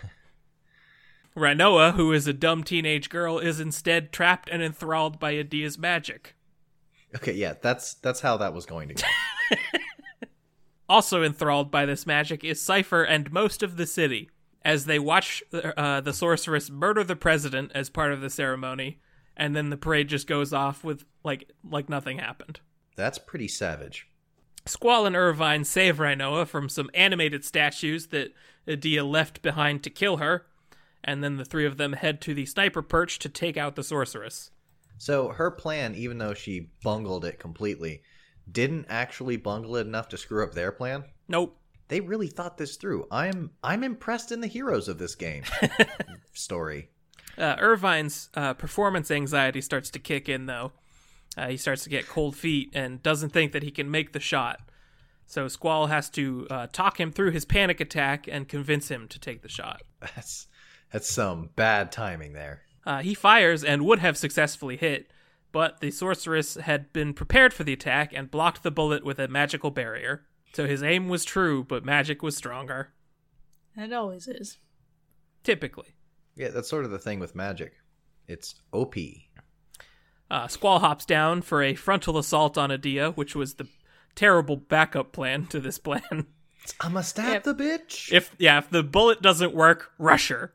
C: Rhinoa, who is a dumb teenage girl, is instead trapped and enthralled by Adia's magic.
B: Okay, yeah, that's that's how that was going to go.
C: Also enthralled by this magic is Cypher and most of the city. As they watch uh, the sorceress murder the president as part of the ceremony, and then the parade just goes off with like like nothing happened.
B: that's pretty savage.
C: Squall and Irvine save Rhinoa from some animated statues that Adia left behind to kill her, and then the three of them head to the sniper perch to take out the sorceress.
B: So her plan, even though she bungled it completely, didn't actually bungle it enough to screw up their plan.
C: Nope.
B: They really thought this through. I'm I'm impressed in the heroes of this game story.
C: Uh, Irvine's uh, performance anxiety starts to kick in, though. Uh, he starts to get cold feet and doesn't think that he can make the shot. So Squall has to uh, talk him through his panic attack and convince him to take the shot.
B: That's that's some bad timing there.
C: Uh, he fires and would have successfully hit, but the sorceress had been prepared for the attack and blocked the bullet with a magical barrier. So his aim was true, but magic was stronger.
A: It always is.
C: Typically.
B: Yeah, that's sort of the thing with magic. It's OP.
C: Uh, Squall hops down for a frontal assault on Adia, which was the terrible backup plan to this plan.
B: It's, I'ma stab
A: Yep.
B: the bitch.
C: if yeah, if the bullet doesn't work, rush her.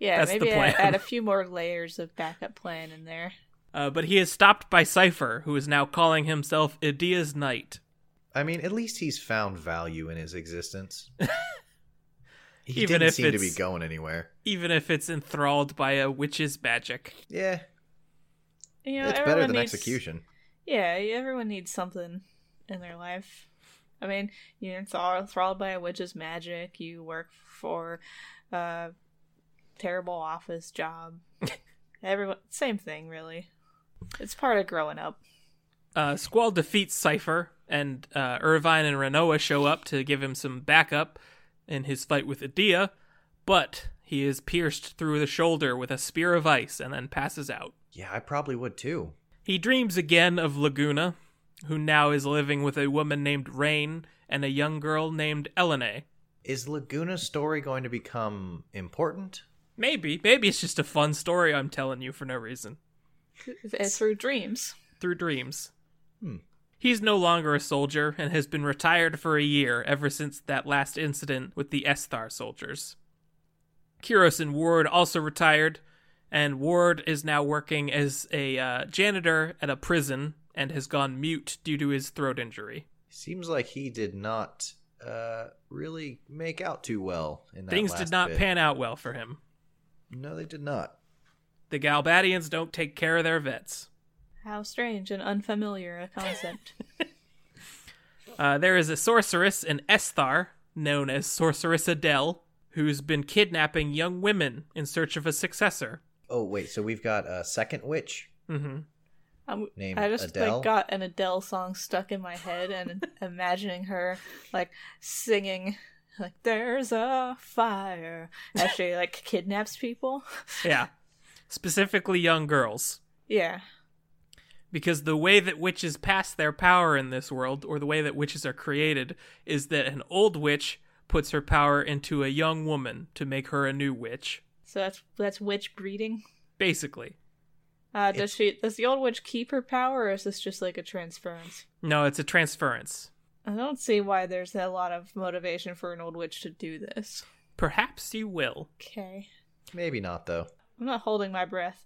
A: Yeah,
C: That's the
A: maybe
C: plan.
A: add, add a few more layers of backup plan in there.
C: Uh, but he is stopped by Cypher, who is now calling himself Adia's Knight.
B: I mean, at least he's found value in his existence. he
C: Even
B: didn't
C: if
B: seem to be
C: it's-
B: going anywhere.
C: Even if it's enthralled by a witch's magic.
B: Yeah,
A: You know,
B: it's
A: everyone
B: better than
A: needs-
B: execution.
A: Yeah, everyone needs something in their life. I mean, you're enthrall- enthralled by a witch's magic. You work for a terrible office job. Everyone, same thing, really. It's part of growing up.
C: Uh, Squall defeats Cypher, and uh, Irvine and Renoa show up to give him some backup in his fight with Adia, but he is pierced through the shoulder with a spear of ice and then passes out.
B: Yeah, I probably would too.
C: He dreams again of Laguna, who now is living with a woman named Rain and a young girl named Elena.
B: Is Laguna's story going to become important?
C: Maybe, maybe it's just a fun story I'm telling you for no reason.
A: It's through dreams.
C: Through dreams.
B: Hmm.
C: He's no longer a soldier and has been retired for a year ever since that last incident with the Esthar soldiers. Kuros and Ward also retired, and Ward is now working as a uh, janitor at a prison and has gone mute due to his throat injury.
B: Seems like he did not uh, really make out too well in that
C: Things
B: last
C: did not
B: bit.
C: pan out well for him.
B: No, they did not.
C: The Galbadians don't take care of their vets.
A: How strange and unfamiliar a concept.
C: Uh, there is a sorceress in Esthar, known as Sorceress Adele, who's been kidnapping young women in search of a successor.
B: Oh wait, so we've got a second witch.
C: hmm
A: I'm,
B: Name
A: I just
B: Adele?
A: like got an Adele song stuck in my head and imagining her like singing like "There's a fire" as she like kidnaps people.
C: Yeah. Specifically, young girls.
A: Yeah,
C: because the way that witches pass their power in this world, or the way that witches are created, is that an old witch puts her power into a young woman to make her a new witch,
A: so that's that's witch breeding.
C: basically.
A: Uh, does she does the old witch keep her power, or is this just like a transference?
C: No, it's a transference.
A: I don't see why there's a lot of motivation for an old witch to do this.
C: Perhaps you will.
A: Okay,
B: Maybe not though.
A: I'm not holding my breath.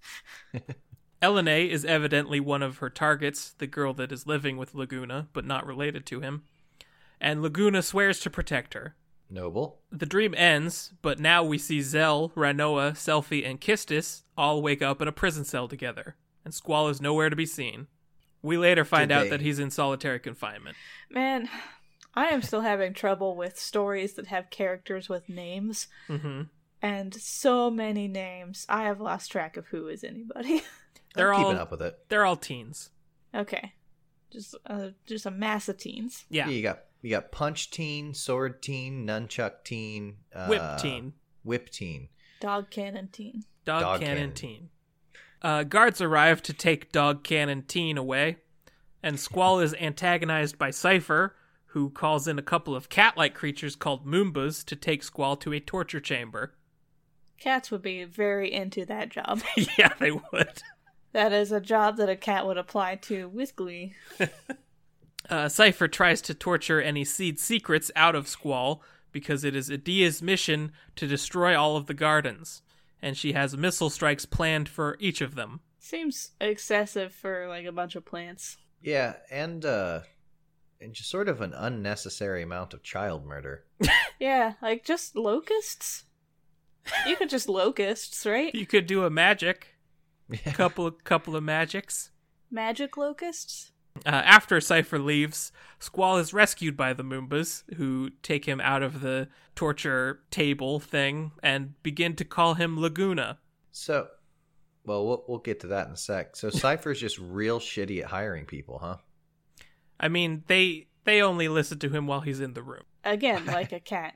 C: Elena is evidently one of her targets, the girl that is living with Laguna, but not related to him. And Laguna swears to protect her.
B: Noble.
C: The dream ends, but now we see Zell, Ranoa, Selfie, and Kistis all wake up in a prison cell together, and Squall is nowhere to be seen. We later find
B: Did
C: out
B: they-
C: that he's in solitary confinement.
A: Man, I am still having trouble with stories that have characters with names.
C: hmm
A: and so many names. I have lost track of who is anybody.
C: They're
B: I'm
C: all
B: keeping up with it.
C: they're all teens.
A: okay, just uh, just a mass of teens.
C: Yeah,
B: You got you got punch teen, sword teen, nunchuck teen, uh,
C: whip teen,
B: whip teen.
A: Dog cannon teen.
C: dog,
B: Dog
C: cannon,
B: Cannon.
C: teen. Uh, guards arrive to take dog cannon teen away, and Squall is antagonized by Cipher, who calls in a couple of cat-like creatures called Moombas to take Squall to a torture chamber.
A: Cats would be very into that job.
C: yeah, they would.
A: that is a job that a cat would apply to with glee.
C: Uh, Cypher tries to torture any seed secrets out of Squall because it is Adia's mission to destroy all of the gardens, and she has missile strikes planned for each of them.
A: Seems excessive for like a bunch of plants.
B: Yeah, and uh and just sort of an unnecessary amount of child murder.
A: Yeah, like just locusts. You could just locusts, right?
C: You could do a magic, couple couple of magics.
A: Magic locusts.
C: Uh, after Cypher leaves, Squall is rescued by the Moombas, who take him out of the torture table thing and begin to call him Laguna.
B: So, well, we'll we'll get to that in a sec. So Cypher's just real shitty at hiring people, huh?
C: I mean, they they only listen to him while he's in the room.
A: Again, like a cat.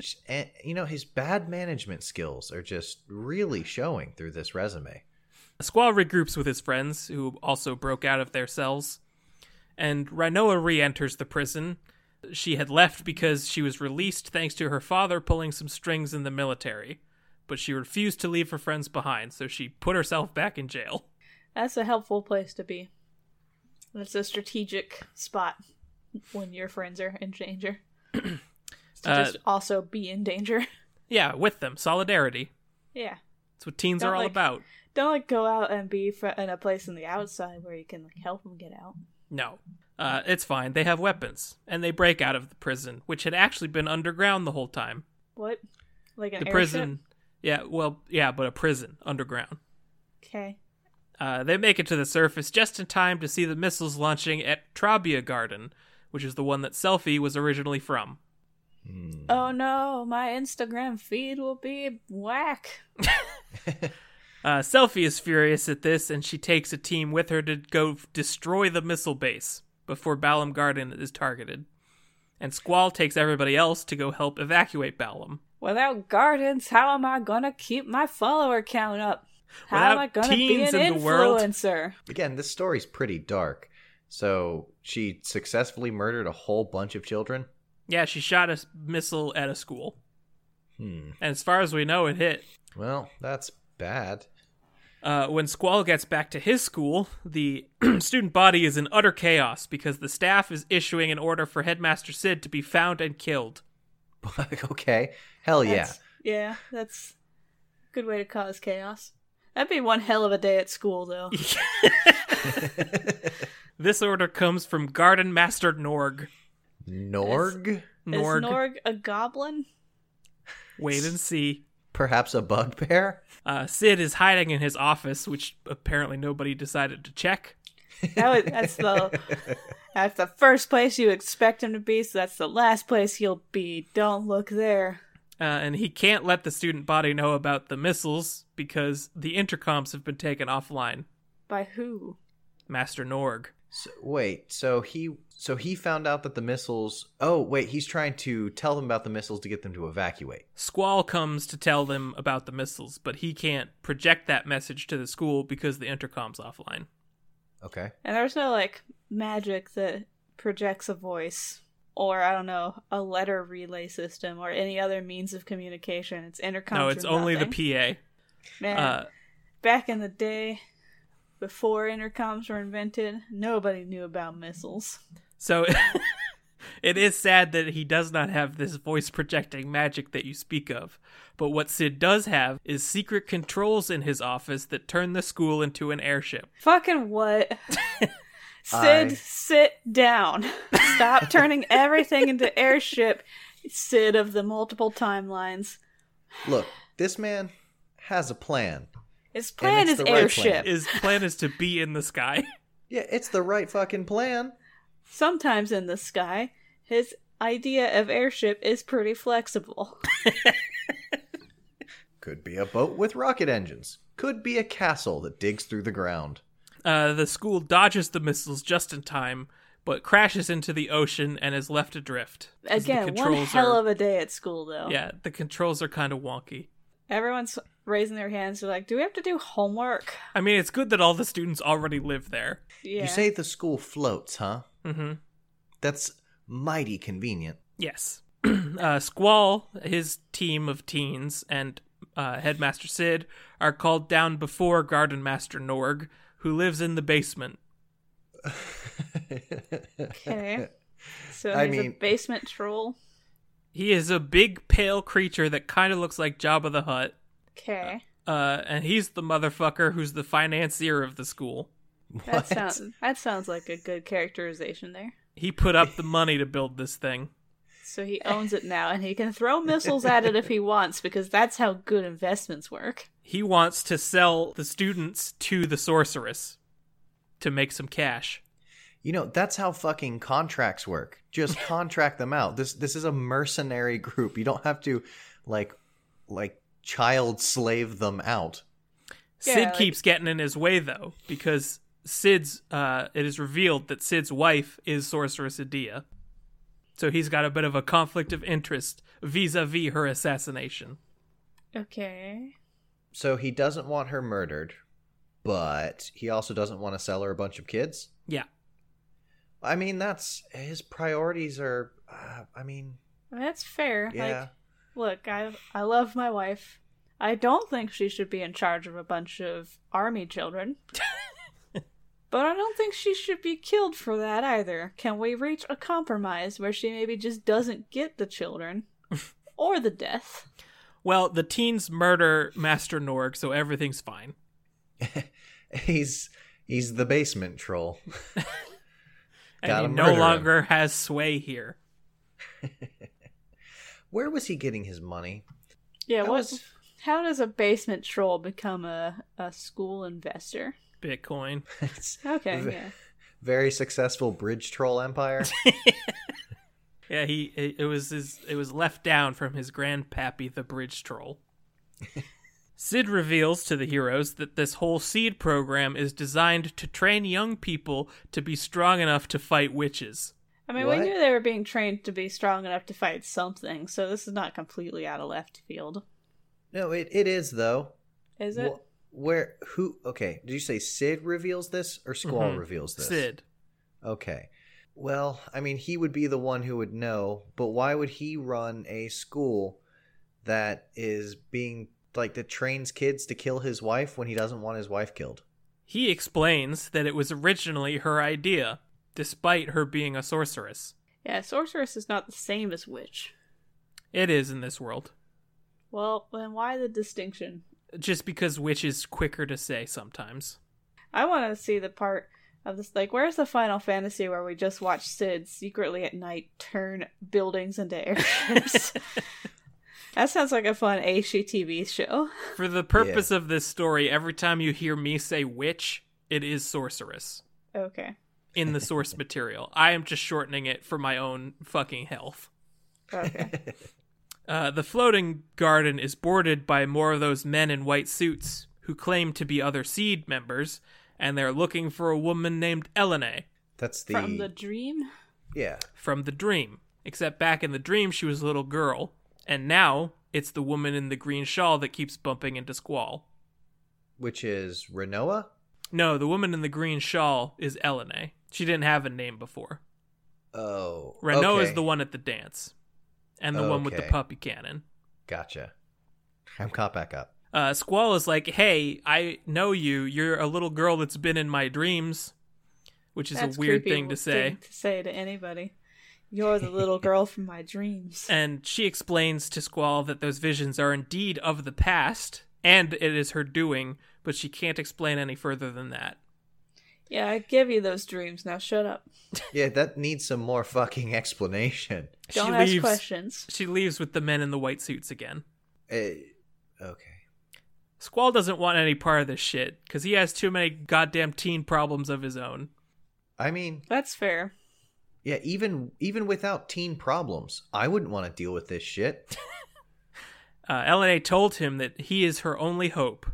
B: Just- And you know his bad management skills are just really showing through this resume.
C: Squall regroups with his friends, who also broke out of their cells, and Rhinoa re enters the prison. She had left because she was released thanks to her father pulling some strings in the military, but she refused to leave her friends behind, so she put herself back in jail.
A: That's a helpful place to be. That's a strategic spot when your friends are in danger. It's to
C: Uh,
A: just also be in danger.
C: Yeah, with them. Solidarity.
A: yeah.
C: That's what teens
A: Not
C: are all
A: like-
C: about.
A: Don't like go out and be fr- in a place on the outside where you can like help them get out.
C: No. Uh, it's fine. They have weapons, and they break out of the prison, which had actually been underground the whole time.
A: What? Like an
C: The
A: airship?
C: prison. Yeah, well, yeah, but a prison underground.
A: Okay.
C: Uh, they make it to the surface just in time to see the missiles launching at Trabia Garden, which is the one that Selfie was originally from.
B: Hmm.
A: Uh, Oh no, my Instagram feed will be whack.
C: Uh, Selfie is furious at this, and she takes a team with her to go f- destroy the missile base before Balam Garden is targeted. And Squall takes everybody else to go help evacuate Balam.
A: Without gardens, how am I gonna keep my follower count up? How am I
C: Without
A: gonna be
C: teens
A: an
C: in the world.
A: influencer?
B: Again, this story's pretty dark. So she successfully murdered a whole bunch of children.
C: Yeah, she shot a s- missile at a school,
B: Hmm.
C: and as far as we know, it hit.
B: Well, that's bad.
C: Uh, when Squall gets back to his school, the student body is in utter chaos because the staff is issuing an order for Headmaster Sid to be found and killed.
B: okay. Hell Oh, yeah.
A: That's- yeah, that's a good way to cause chaos. That'd be one hell of a day at school, though.
C: This order comes from Garden Master Norg.
B: Norg?
A: Is Norg a goblin?
C: Wait and see.
B: Perhaps a bugbear?
C: Uh, Sid is hiding in his office, which apparently nobody decided to check.
A: That was, that's the that's the first place you expect him to be, so that's the last place he'll be. Don't look there.
C: Uh, and he can't let the student body know about the missiles because the intercoms have been taken offline.
A: By who?
C: Master Norg.
B: So, wait, so he so he found out that the missiles Oh, wait, he's trying to tell them about the missiles to get them to evacuate.
C: Squall comes to tell them about the missiles, but he can't project that message to the school because the intercom's offline.
B: Okay.
A: And there's no like magic that projects a voice or I don't know, a letter relay system or any other means of communication. It's intercom.
C: no, it's
A: through
C: only
A: nothing.
C: the PA.
A: Man,
C: Uh,
A: back in the day, before intercoms were invented, nobody knew about missiles.
C: so it is sad that he does not have this voice projecting magic that you speak of. But what Sid does have is secret controls in his office that turn the school into an airship.
A: Fucking what? Sid,
B: I-
A: sit down. Stop turning everything into airship. Sid of the multiple timelines.
B: Look, this man has a plan.
A: His plan
B: it's
A: is
B: the right
A: airship.
B: plan.
C: His plan is to be in the sky.
B: Yeah, it's the right fucking plan.
A: Sometimes in the sky, his idea of airship is pretty flexible.
B: Could be a boat with rocket engines. Could be a castle that digs through the ground.
C: Uh, the school dodges the missiles just in time, but crashes into the ocean and is left adrift. 'Cause the
A: Again, one
C: controls
A: hell
C: are-
A: of a day at school, though.
C: Yeah, the controls are kind of wonky.
A: Everyone's raising their hands. They're like, do we have to do homework?
C: I mean, it's good that all the students already live there.
A: Yeah.
B: You say the school floats, huh?
C: Mm-hmm.
B: That's mighty convenient.
C: Yes. uh, Squall, his team of teens, and uh, Headmaster Sid are called down before Garden Master Norg, who lives in the basement.
A: okay. So
B: I
A: he's
B: mean-
A: a basement troll.
C: He is a big, pale creature that kind of looks like Jabba the Hutt,
A: Okay.
C: uh, and he's the motherfucker who's the financier of the school.
B: Uh,
A: that sounds that sounds like a good characterization there.
C: He put up the money to build this thing.
A: So he owns it now, and he can throw missiles at it if he wants, because that's how good investments work.
C: He wants to sell the students to the sorceress to make some cash.
B: You know, that's how fucking contracts work. Just contract them out. This this is a mercenary group. You don't have to like like child slave them out.
A: Yeah,
C: Sid
A: like-
C: keeps getting in his way though, because Sid's uh it is revealed that Sid's wife is Sorceress Adia. So he's got a bit of a conflict of interest vis-a-vis her assassination.
A: Okay.
B: So he doesn't want her murdered, but he also doesn't want to sell her a bunch of kids.
C: Yeah.
B: I mean, that's his priorities are uh, I mean,
A: That's fair.
B: yeah.
A: Like, look, I I love my wife. I don't think she should be in charge of a bunch of army children. but I don't think she should be killed for that either. Can we reach a compromise where she maybe just doesn't get the children or the death?
C: Well, the teens murder Master Norg, so everything's fine.
B: he's he's the basement troll.
C: And
B: Gotta
C: he
B: murder
C: no
B: 'em.
C: longer has sway here.
B: Where was he getting his money?
A: Yeah,
B: That
A: what,
B: was-
A: how does a basement troll become a, a school investor?
C: Bitcoin.
B: It's
A: Okay,
B: v-
A: yeah.
B: Very successful bridge troll empire.
C: Yeah, he it, it was his it was left down from his grandpappy the bridge troll. Sid reveals to the heroes that this whole seed program is designed to train young people to be strong enough to fight witches.
A: I mean,
B: What?
A: we knew they were being trained to be strong enough to fight something, so this is not completely out of left field,
B: No, it, it is though.
A: is it?
B: Wh- where who okay, did you say Sid reveals this or Squall
C: Mhm.
B: reveals this?
C: Sid.
B: Okay. Well, I mean he would be the one who would know, but why would he run a school that is being like that trains kids to kill his wife when he doesn't want his wife killed?
C: He explains that it was originally her idea, despite her being a sorceress.
A: Yeah, sorceress is not the same as witch.
C: It is in this world.
A: Well, then why the distinction?
C: Just because witch is quicker to say sometimes.
A: I want to see the part of this. Like, where's the Final Fantasy where we just watch Sid secretly at night turn buildings into airships? that sounds like a fun HGTV show.
C: For the purpose of this story, every time you hear me say witch, it is sorceress
A: Okay.
C: in the source material. I am just shortening it for my own fucking health.
A: Okay.
C: Uh, the floating garden is boarded by more of those men in white suits who claim to be other seed members, and they're looking for a woman named Elena
B: That's the,
A: From the dream?
B: Yeah.
C: from the dream. Except back in the dream, she was a little girl, and now it's the woman in the green shawl that keeps bumping into Squall.
B: Which is Renoa?
C: No, the woman in the green shawl is Elena. She didn't have a name before.
B: Oh.
C: Renault is
B: okay.
C: the one at the dance, and the one with the
B: Okay.
C: puppy cannon.
B: Gotcha. I'm caught back up.
C: uh, Squall is like, "Hey, I know you. You're a little girl that's been in my dreams," which is
A: That's
C: a weird
A: creepy
C: thing to say.
A: To say to anybody. You're the little girl from my dreams.
C: And she explains to Squall that those visions are indeed of the past, and it is her doing, but she can't explain any further than that.
A: Yeah, I give you those dreams. Now shut up.
B: Yeah, that needs some more fucking explanation.
A: Don't
C: she
A: ask
C: leaves.
A: questions.
C: She leaves with the men in the white suits again.
B: Eh, okay.
C: Squall doesn't want any part of this shit because he has too many goddamn teen problems of his own.
B: I mean,
A: That's fair.
B: yeah, even even without teen problems, I wouldn't want to deal with this shit.
C: Uh, Elena told him that he is her only hope,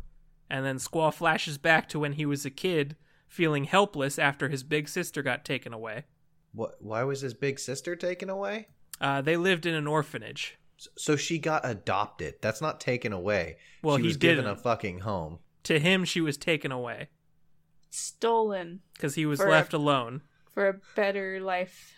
C: and then Squall flashes back to when he was a kid, feeling helpless after his big sister got taken away.
B: What? Why was his big sister taken away?
C: Uh, they lived in an orphanage.
B: S- So she got adopted. That's not taken away.
C: Well,
B: she
C: he
B: was given a
C: didn't.
B: fucking home.
C: To him, she was taken away
A: Stolen
C: because he was
A: Forever.
C: left alone.
A: for a better life.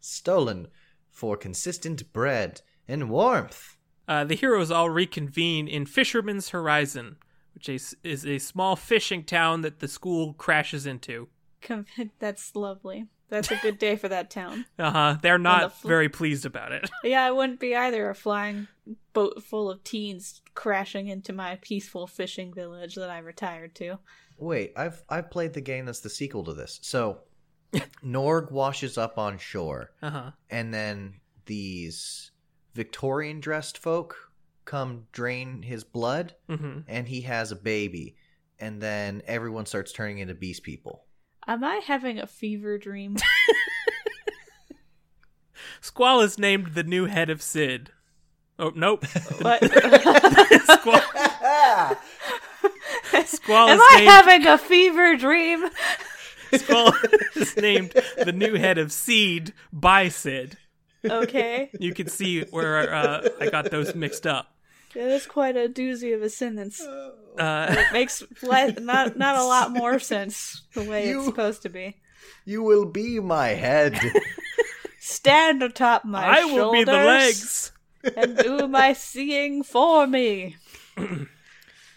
B: Stolen for consistent bread and warmth.
C: Uh, the heroes all reconvene in Fisherman's Horizon, which is, is a small fishing town that the school crashes into.
A: Come, that's lovely. That's a good day for that town.
C: Uh huh. They're not
A: Wonderful.
C: very pleased about it.
A: Yeah, I wouldn't be either. A flying boat full of teens crashing into my peaceful fishing village that I retired to.
B: Wait, I've I've played the game that's the sequel to this. So Norg washes up on shore.
C: Uh huh.
B: and then these Victorian dressed folk come drain his blood,
C: Mm-hmm.
B: and he has a baby, and then everyone starts turning into beast people.
A: Am I having a fever dream?
C: Squall is named the new head of Sid. Oh nope.
A: What?
C: Squall, Squall
A: Am
C: is
A: I
C: named
A: having a fever dream?
C: Squall is named the new head of Seed by Sid.
A: Okay.
C: You can see where uh, I got those mixed up.
A: That is quite a doozy of a sentence.
C: Uh,
A: It makes le- not not a lot more sense the way
B: You-
A: it's supposed to be.
B: you will be my head.
A: Stand atop my
C: I will be the
A: shoulders
C: legs.
A: and do my seeing for me.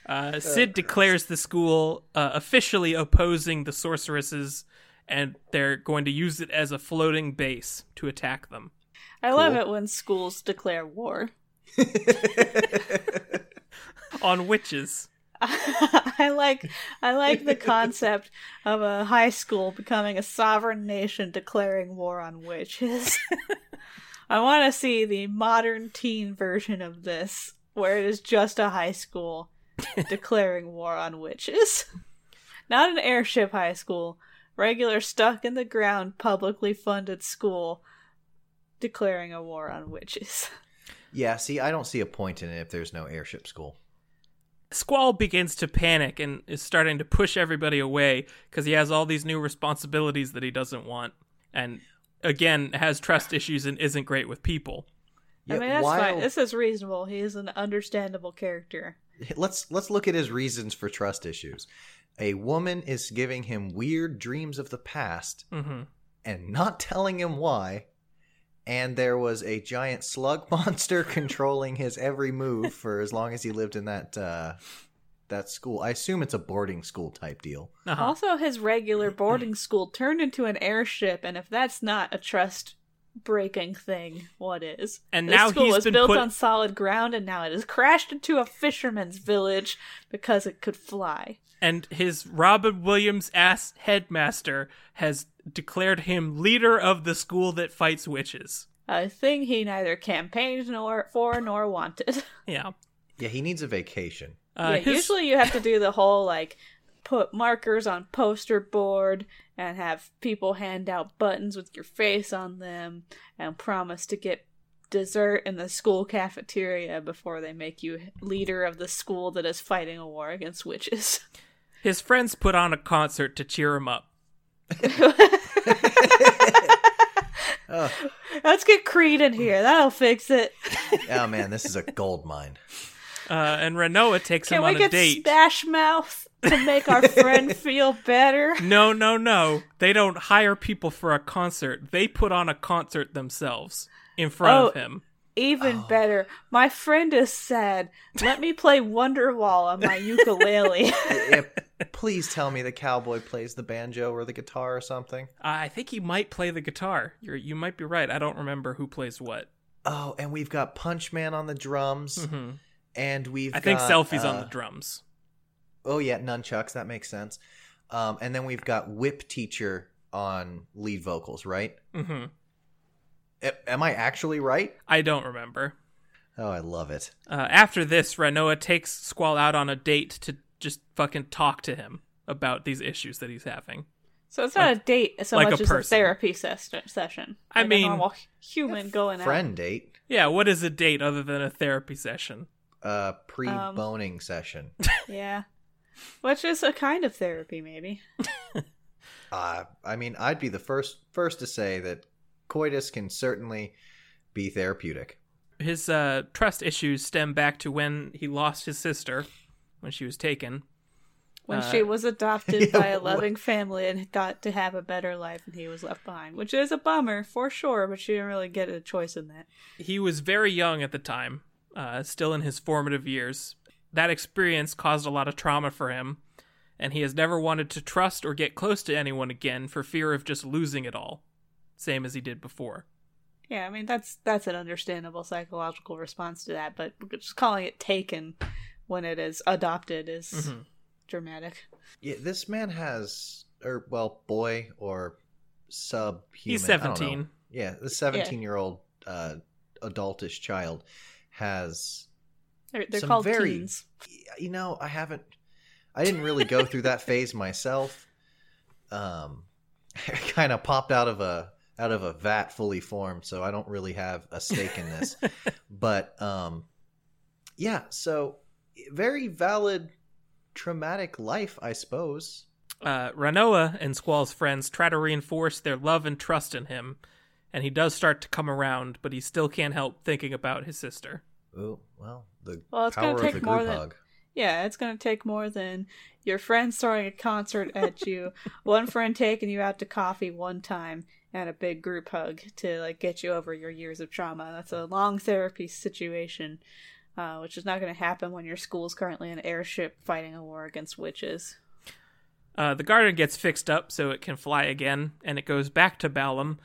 C: Uh, Sid declares the school uh, officially opposing the sorceresses, and they're going to use it as a floating base to attack them.
A: I love
B: Cool.
A: it when schools declare war.
C: On witches.
A: I like I like the concept of a high school becoming a sovereign nation declaring war on witches. I want to see the modern teen version of this where it is just a high school declaring war on witches. Not an airship high school, regular stuck in the ground publicly funded school declaring a war on witches.
B: yeah, see, I don't see a point in it if there's no airship school.
C: Squall begins to panic and is starting to push everybody away because he has all these new responsibilities that he doesn't want, and again has trust issues and isn't great with people.
A: I mean, that's fine. This is reasonable. He is an understandable character.
B: let's let's look at his reasons for trust issues. A woman is giving him weird dreams of the past
C: Mm-hmm.
B: and not telling him why. And there was a giant slug monster controlling his every move for as long as he lived in that uh, that school. I assume it's a boarding school type deal.
C: Uh-huh.
A: Also, his regular boarding school turned into an airship, and if that's not a trust breaking thing, what is?
C: And
A: This
C: now
A: school
C: he's
A: was
C: been
A: built
C: put-
A: on solid ground, and now it has crashed into a fisherman's village because it could fly.
C: and his Robin Williams ass headmaster has declared him leader of the school that fights witches.
A: A thing he neither campaigned nor for nor wanted.
C: Yeah.
B: Yeah, he needs a vacation.
C: Uh,
A: yeah,
C: his-
A: usually you have to do the whole like put markers on poster board and have people hand out buttons with your face on them and promise to get dessert in the school cafeteria before they make you leader of the school that is fighting a war against witches.
C: his friends put on a concert to cheer him up.
B: Oh,
A: Let's get Creed in here. That'll fix it.
B: oh man, this is a gold mine.
C: Uh, and Renoa takes
A: Can
C: him
A: we
C: on a
A: get
C: date.
A: Smash Mouth to make our friend feel better?
C: no, no, no. They don't hire people for a concert. They put on a concert themselves in front of
A: Oh.
C: him.
A: Even better, my friend is sad. Let me play Wonderwall on my ukulele.
B: Yeah, please tell me the cowboy plays the banjo or the guitar or something.
C: I think he might play the guitar. You're, you might be right. I don't remember who plays what.
B: Oh, and we've got Punch Man on the drums,
C: hmm
B: and we've
C: I think
B: got,
C: Selfie's on
B: uh,
C: the drums.
B: Oh yeah, nunchucks. That makes sense. Um, and then we've got Whip Teacher on lead vocals, right?
C: hmm
B: A- am I actually right?
C: I don't remember.
B: Oh, I love it.
C: Uh, after this, Renoa takes Squall out on a date to just fucking talk to him about these issues that he's having.
A: so it's not a date so
C: like
A: much
C: a
A: as a
C: person.
A: therapy ses- session.
C: I
A: Like a
C: mean-
A: normal human going
B: Friend date,
C: Yeah, what is a date other than a therapy session?
B: uh, pre boning session.
A: out. Yeah. Which is a kind of therapy, maybe.
B: Uh, I mean, I'd be the first first to say that coitus can certainly be therapeutic.
C: His uh, trust issues stem back to when he lost his sister when she was taken.
A: When
C: Uh,
A: she was adopted
B: yeah,
A: by a
B: wh-
A: loving family and got to have a better life, and he was left behind, which is a bummer for sure. But she didn't really get a choice in that.
C: He was very young at the time, uh, still in his formative years. That experience caused a lot of trauma for him, and he has never wanted to trust or get close to anyone again for fear of just losing it all, same as he did before.
A: Yeah, I mean that's that's an understandable psychological response to that, but just calling it taken when it is adopted is
C: Mhm.
A: dramatic.
B: Yeah, this man has, or well, boy or sub.
C: He's 17.
B: Yeah, the seventeen-year-old uh, adultish child has
A: They're, they're
B: Some
A: called
B: very-
A: teens.
B: you know, I haven't. I didn't really go through that phase myself. Um, I kind of popped out of a out of a vat fully formed, so I don't really have a stake in this. but um, yeah, so very valid traumatic life, I suppose.
C: Uh, Ranoa and Squall's friends try to reinforce their love and trust in him, and he does start to come around, but he still can't help thinking about his sister.
B: Ooh, well, the
A: Well, it's gonna
B: power of
A: take
B: the
A: more
B: group
A: than-
B: hug.
A: Yeah, it's gonna take more than your friends throwing a concert at you, one friend taking you out to coffee one time, and a big group hug to like get you over your years of trauma. That's a long therapy situation, uh, which is not gonna happen when your school's currently an airship fighting a war against witches.
C: Uh, the garden gets fixed up so it can fly again, and it goes back to Balam,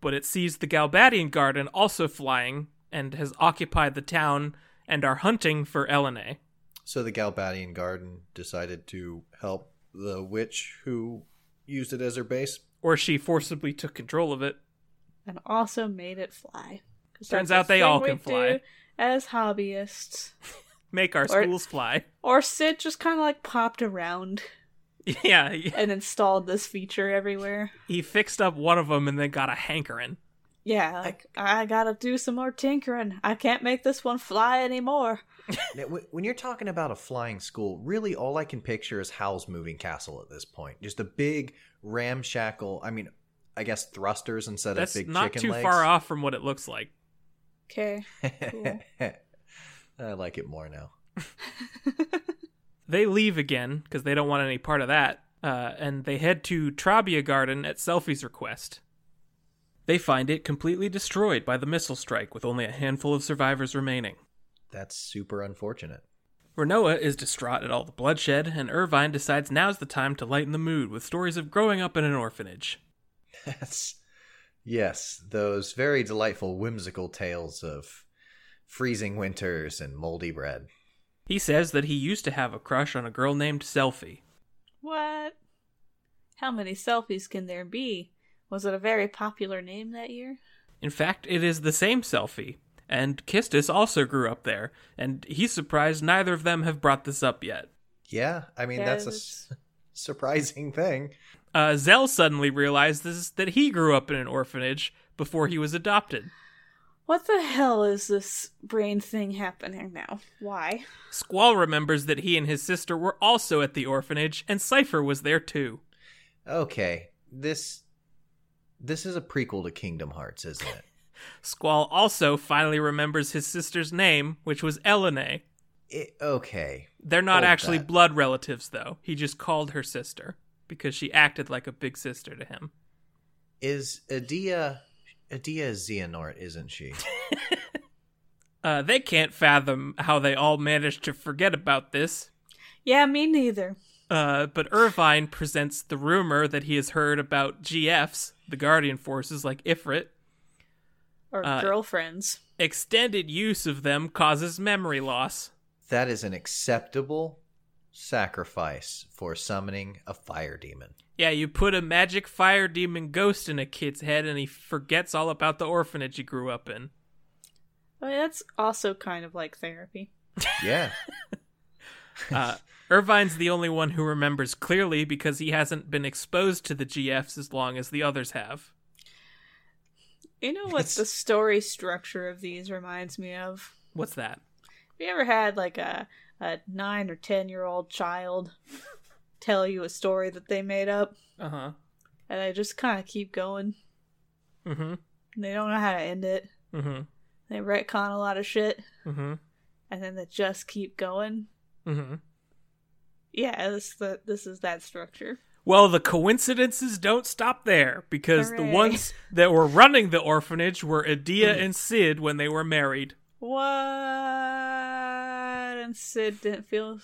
C: but it sees the Galbadian garden also flying and has occupied the town and are hunting for Elena.
B: So the Galbadian Garden decided to help the witch who used it as her base.
C: Or she forcibly took control of it.
A: and also made it fly. 'Cause
C: Turns
A: that's a
C: out they
A: thing
C: all
A: we
C: can fly.
A: do As hobbyists.
C: Make our
A: Or-
C: schools fly.
A: Or Sid just kind of like popped around
C: yeah, he-
A: and installed this feature everywhere.
C: he fixed up one of them and then got a hankering.
A: Yeah, like I, gotta do some more tinkering. I can't make this one fly anymore.
B: Now, when when you're talking about a flying school, really all I can picture is Howl's Moving Castle at this point. Just a big ramshackle. I mean, I guess thrusters instead
C: That's
B: of big
C: not
B: chicken
C: too
B: legs.
C: far off from what it looks like.
A: Okay. Cool.
B: I like it more now.
C: They leave again because they don't want any part of that, uh, and they head to Trabia Garden at Selfie's request. They find it completely destroyed by the missile strike, with only a handful of survivors remaining.
B: That's super unfortunate.
C: Renoa is distraught at all the bloodshed, and Irvine decides now's the time to lighten the mood with stories of growing up in an orphanage.
B: That's yes, those very delightful, whimsical tales of freezing winters and moldy bread.
C: He says that he used to have a crush on a girl named Selfie.
A: what? How many selfies can there be? Was it a very popular name that year?
C: In fact, it is the same Selfie, and Kistis also grew up there, and he's surprised neither of them have brought this up yet.
B: Yeah, I mean that's a
A: Yes.
B: s- surprising thing.
C: uh, Zell suddenly realizes that he grew up in an orphanage before he was adopted.
A: What the hell is this brain thing happening now? Why?
C: Squall remembers that he and his sister were also at the orphanage, and Cypher was there too.
B: Okay, this this is a prequel to Kingdom Hearts, isn't it?
C: Squall also finally remembers his sister's name, which was Elene.
B: it okay,
C: They're not
B: Hold
C: actually
B: that.
C: blood relatives, though. He just called her sister because she acted like a big sister to him.
B: is Adia Adia is Xehanort, isn't she?
C: Uh, they can't fathom how they all managed to forget about this,
A: Yeah, me neither.
C: Uh, but Irvine presents the rumor that he has heard about GFs, the Guardian forces like Ifrit.
A: Or
C: Uh,
A: girlfriends.
C: Extended use of them causes memory loss.
B: that is an acceptable sacrifice for summoning a fire demon.
C: Yeah, you put a magic fire demon ghost in a kid's head and he forgets all about the orphanage he grew up in.
A: I mean, that's also kind of like therapy.
B: Yeah.
C: Uh, Irvine's the only one who remembers clearly because he hasn't been exposed to the GFs as long as the others have.
A: You know what
B: It's-
A: the story structure of these reminds me of?
C: What's that?
A: Have you ever had like a a nine or ten year old child tell you a story that they made up
C: Uh huh.
A: and they just kind of keep going
C: Mm
A: and they don't know how to end it?
C: hmm. Mm
A: They retcon a lot of shit
C: hmm. Mm
A: and then they just keep going.
C: hmm. Mm hmm.
A: Yeah, this the, this is that structure.
C: Well, the coincidences don't stop there because the
A: Hooray.
C: ones that were running the orphanage were Adia and Sid when they were married.
A: What? And Sid didn't feel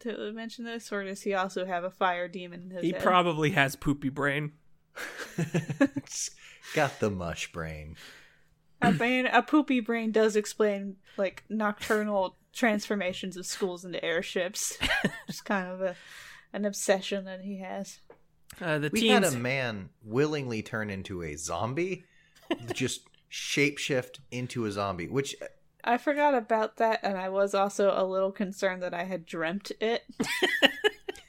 A: to mention this, or does he also have a fire demon in his
C: He
A: head?
C: probably has poopy brain.
B: Got the mush brain.
A: a brain, a poopy brain does explain like nocturnal transformations of schools into airships. Just kind of a an obsession that he has.
C: Uh, the
B: We had
C: teens,
B: a man willingly turn into a zombie, just shapeshift into a zombie, which uh,
A: I forgot about that, and I was also a little concerned that I had dreamt it,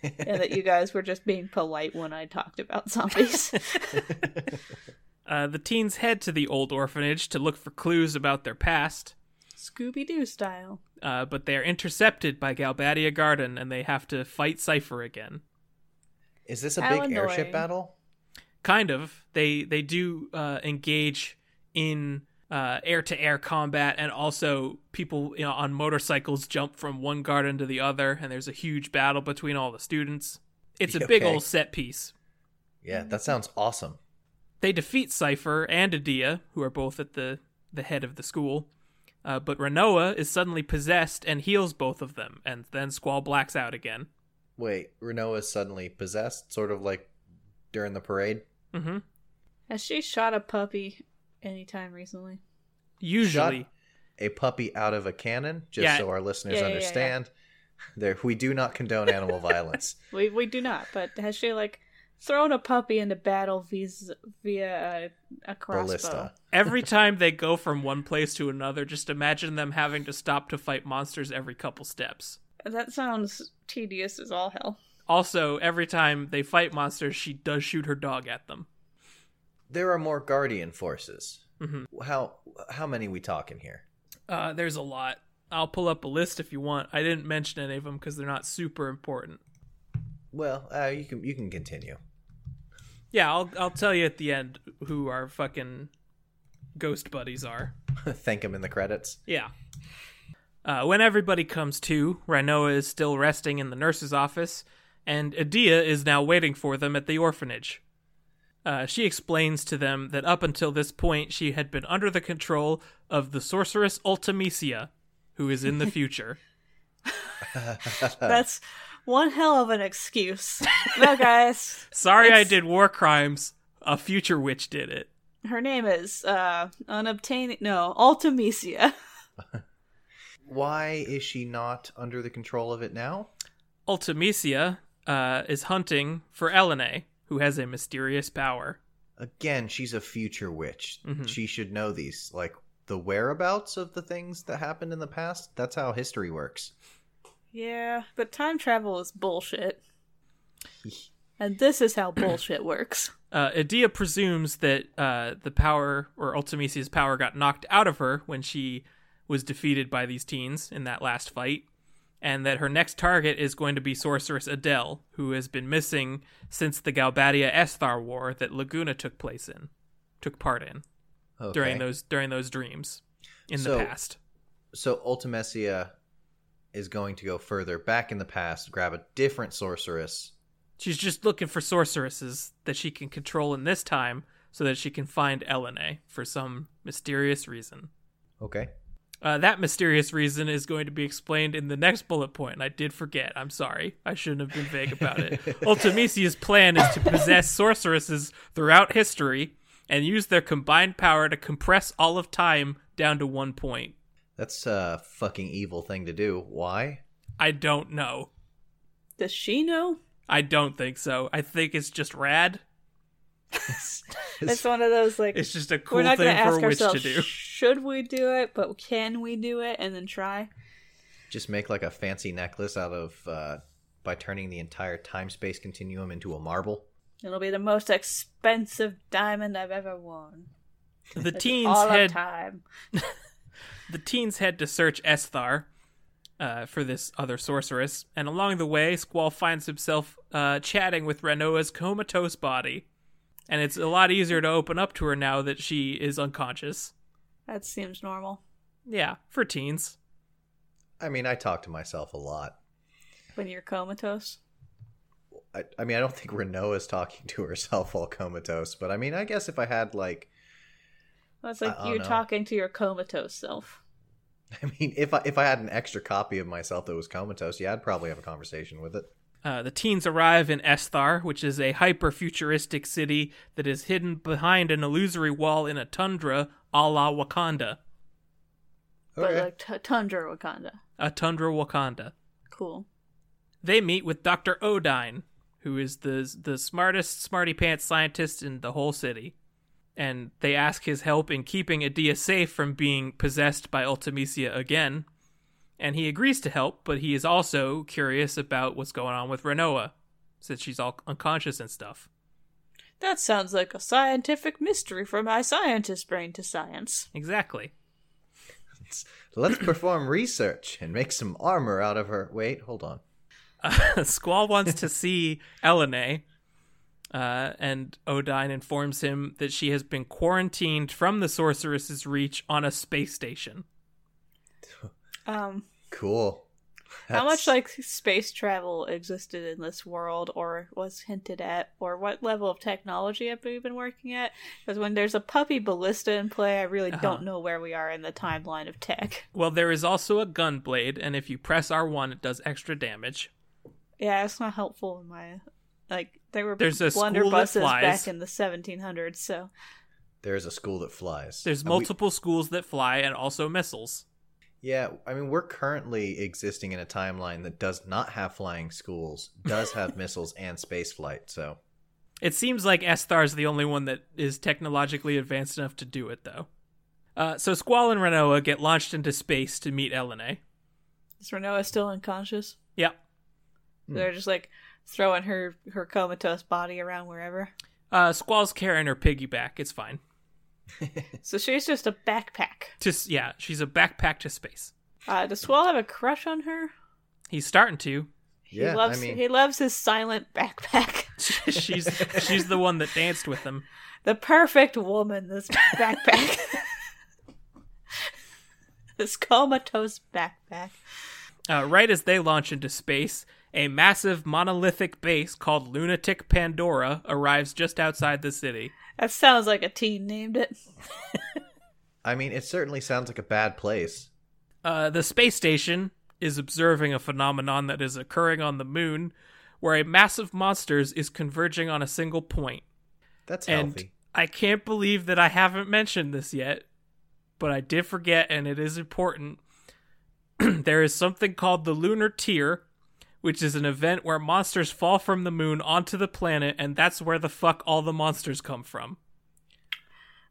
A: and that you guys were just being polite when I talked about zombies.
C: uh, the teens head to the old orphanage to look for clues about their past,
A: Scooby Doo style.
C: uh, but they are intercepted by Galbadia Garden and they have to fight Cipher again.
B: is this a
A: How
B: big airship
A: annoying.
B: battle?
C: Kind of. They they do uh, engage in air to air combat, and also people you know, on motorcycles jump from one garden to the other, and there's a huge battle between all the students. It's a big
B: Okay.
C: old set piece.
B: Yeah,
A: Mm-hmm.
B: that sounds awesome.
C: They defeat Cipher and Adia, who are both at the the head of the school. Uh, but Renoa is suddenly possessed and heals both of them, and then Squall blacks out again.
B: Wait, Renoa is suddenly possessed, sort of like during the parade.
C: hmm
A: Has she shot a puppy anytime recently?
C: Usually,
B: Shot a puppy out of a cannon, just
C: Yeah.
B: so our listeners
A: Yeah, yeah, yeah, yeah.
B: understand. There, we do not condone animal violence.
A: We we do not, but has she like thrown a puppy into battle vis- via a, a crossbow?
B: Ballista.
C: Every time they go from one place to another, just imagine them having to stop to fight monsters every couple steps.
A: That sounds tedious as all hell.
C: Also, every time they fight monsters, she does shoot her dog at them.
B: There are more guardian forces.
A: Mm-hmm.
B: How how many we talking here?
C: Uh, there's a lot. I'll pull up a list if you want. I didn't mention any of them because they're not super important.
B: Well, uh, you can you can continue.
C: Yeah, I'll I'll tell you at the end who our fucking ghost buddies are.
B: Thank him in the credits.
C: Yeah. Uh, when everybody comes to, Rhinoa is still resting in the nurse's office, and Adia is now waiting for them at the orphanage. Uh, she explains to them that up until this point, she had been under the control of the sorceress Ultimisia, who is in the future. Uh.
A: That's one hell of an excuse. no, guys.
C: Sorry, I
A: It's-
C: did war crimes. A future witch did it.
A: Her name is uh unobtaining no, Altamisia.
B: Why is she not under the control of it now?
C: Ultimisia uh, is hunting for Elene, who has a mysterious power.
B: Again, she's a future witch.
C: Mhm.
B: She should know these, like the whereabouts of the things that happened in the past. That's how history works.
A: Yeah, but time travel is bullshit. and this is how bullshit works.
C: Uh, Adia presumes that uh, the power, or Ultimisia's power, got knocked out of her when she was defeated by these teens in that last fight, and that her next target is going to be Sorceress Adele, who has been missing since the Galbadia Esthar War that Laguna took place in, took part in
B: Okay.
C: during those during those dreams in
B: So-
C: the past.
B: so Ultimesia is going to go further back in the past, grab a different sorceress.
C: She's just looking for sorceresses that she can control in this time so that she can find Elene for some mysterious reason.
B: Okay.
C: Uh, that mysterious reason is going to be explained in the next bullet point, and I did forget. I'm sorry. I shouldn't have been vague about it. Ultimisia's plan is to possess sorceresses throughout history and use their combined power to compress all of time down to one point.
B: That's a fucking evil thing to do. Why?
C: I don't know.
A: Does she know?
C: I don't think so. I think it's just rad.
A: It's one of those like
C: It's just a cool
A: we're not gonna
C: thing for
A: ask
C: a witch to
A: ourselves
C: do.
A: should we do it, but can we do it and then try?
B: Just make like a fancy necklace out of uh, by turning the entire time space continuum into a marble.
A: It'll be the most expensive diamond I've ever worn.
C: The
A: That's
C: teens
A: all
C: had
A: of time.
C: The teens head to search Esthar uh, for this other sorceress, and along the way, Squall finds himself uh, chatting with Renoa's comatose body. And it's a lot easier to open up to her now that she is unconscious.
A: That seems normal.
C: Yeah, for teens.
B: I mean, I talk to myself a lot.
A: When you're comatose.
B: I, I mean, I don't think Renault is talking to herself while comatose, but I mean, I guess if I had like,
A: Well, it's like
B: I- I
A: you
B: don't know.
A: talking to your comatose self.
B: I mean, if I if I had an extra copy of myself that was comatose, yeah, I'd probably have a conversation with it.
C: Uh, the teens arrive in Esthar, which is a hyper futuristic city that is hidden behind an illusory wall in a tundra a la Wakanda.
A: But
B: Okay.
A: like t- Tundra Wakanda.
C: A tundra Wakanda.
A: Cool.
C: they meet with Dr. Odine, who is the the smartest smarty pants scientist in the whole city. And they ask his help in keeping Adia safe from being possessed by Ultimisia again. And he agrees to help, but he is also curious about what's going on with Renoa, since she's all unconscious and stuff.
A: That sounds like a scientific mystery for my scientist brain to science.
C: Exactly.
B: Let's perform research and make some armor out of her. Wait, hold on.
C: Uh, Squall wants to see Elene, uh, and Odine informs him that she has been quarantined from the sorceress's reach on a space station.
A: Um,
B: Cool.
A: how
B: That's-
A: much like space travel existed in this world, or was hinted at, or what level of technology have we been working at? Because when there's a puppy ballista in play, I really
C: Uh-huh.
A: don't know where we are in the timeline of tech.
C: Well, there is also a gun blade, and if you press R1, it does extra damage.
A: Yeah, it's not helpful in my like. There were
C: There's a school that
A: blunderbusses
C: flies.
A: back in the 1700s, so
B: there's a school that flies.
C: There's
B: And we-
C: multiple schools that fly and also missiles.
B: yeah, I mean, we're currently existing in a timeline that does not have flying schools, does have missiles and space flight. So
C: It seems like Esthar is the only one that is technologically advanced enough to do it, though. Uh, so Squall and Renoa get launched into space to meet Elene.
A: is Renoa still unconscious?
C: Yep.
B: Hmm.
A: They're just like throwing her her comatose body around wherever.
C: Uh, Squall's carrying her piggyback. It's fine.
A: so she's just a backpack.
C: To s- yeah, she's a backpack to space.
A: Uh, does Swell have a crush on her?
C: He's starting to.
B: yeah,
A: he loves
B: I mean,
A: he loves his silent backpack.
C: she's she's the one that danced with him.
A: The perfect woman, this backpack. this comatose backpack.
C: Uh, right as they launch into space, a massive monolithic base called Lunatic Pandora arrives just outside the city.
A: That sounds like a teen named it.
B: I mean, it certainly sounds like a bad place.
C: Uh, the space station is observing a phenomenon that is occurring on the moon, where a mass of monsters is converging on a single point.
B: That's
C: and
B: healthy.
C: I can't believe that I haven't mentioned this yet, but I did forget, and it is important. there is something called the lunar tier, which is an event where monsters fall from the moon onto the planet, and that's where the fuck all the monsters come from.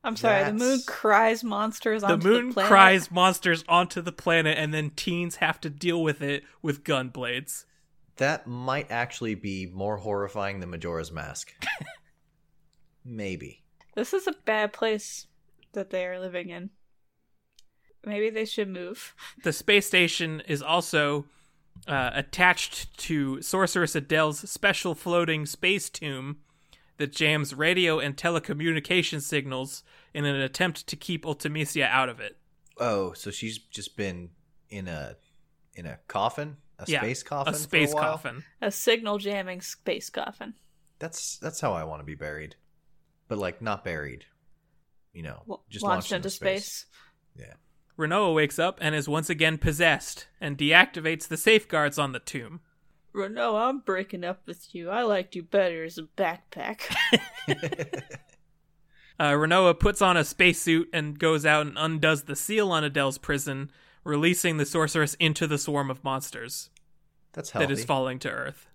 A: I'm sorry, the moon
B: That's-
A: cries monsters
C: The
A: onto
C: moon
A: planet.
C: cries monsters onto the planet, and then teens have to deal with it with gun blades.
B: That might actually be more horrifying than Majora's Mask. Maybe.
A: This is a bad place that they are living in. Maybe they should move.
C: The space station is also uh, attached to Sorceress Adele's special floating space tomb that jams radio and telecommunication signals in an attempt to keep Ultimisia out of it.
B: Oh, so she's just been in a in a coffin, a
C: Yeah,
B: space coffin,
C: a space
B: for a while?
C: coffin.
A: A signal jamming space coffin.
B: That's that's how I want to be buried, but like not buried, you know,
A: L-
B: just
A: launched into space.
B: Yeah.
C: Renoa wakes up and is once again possessed and deactivates the safeguards on the tomb.
A: Reno, I'm breaking up with you. I liked you better as a backpack.
C: Uh, Renoa puts on a spacesuit and goes out and undoes the seal on Adele's prison, releasing the sorceress into the swarm of monsters.
B: That's healthy.
C: that is falling to Earth.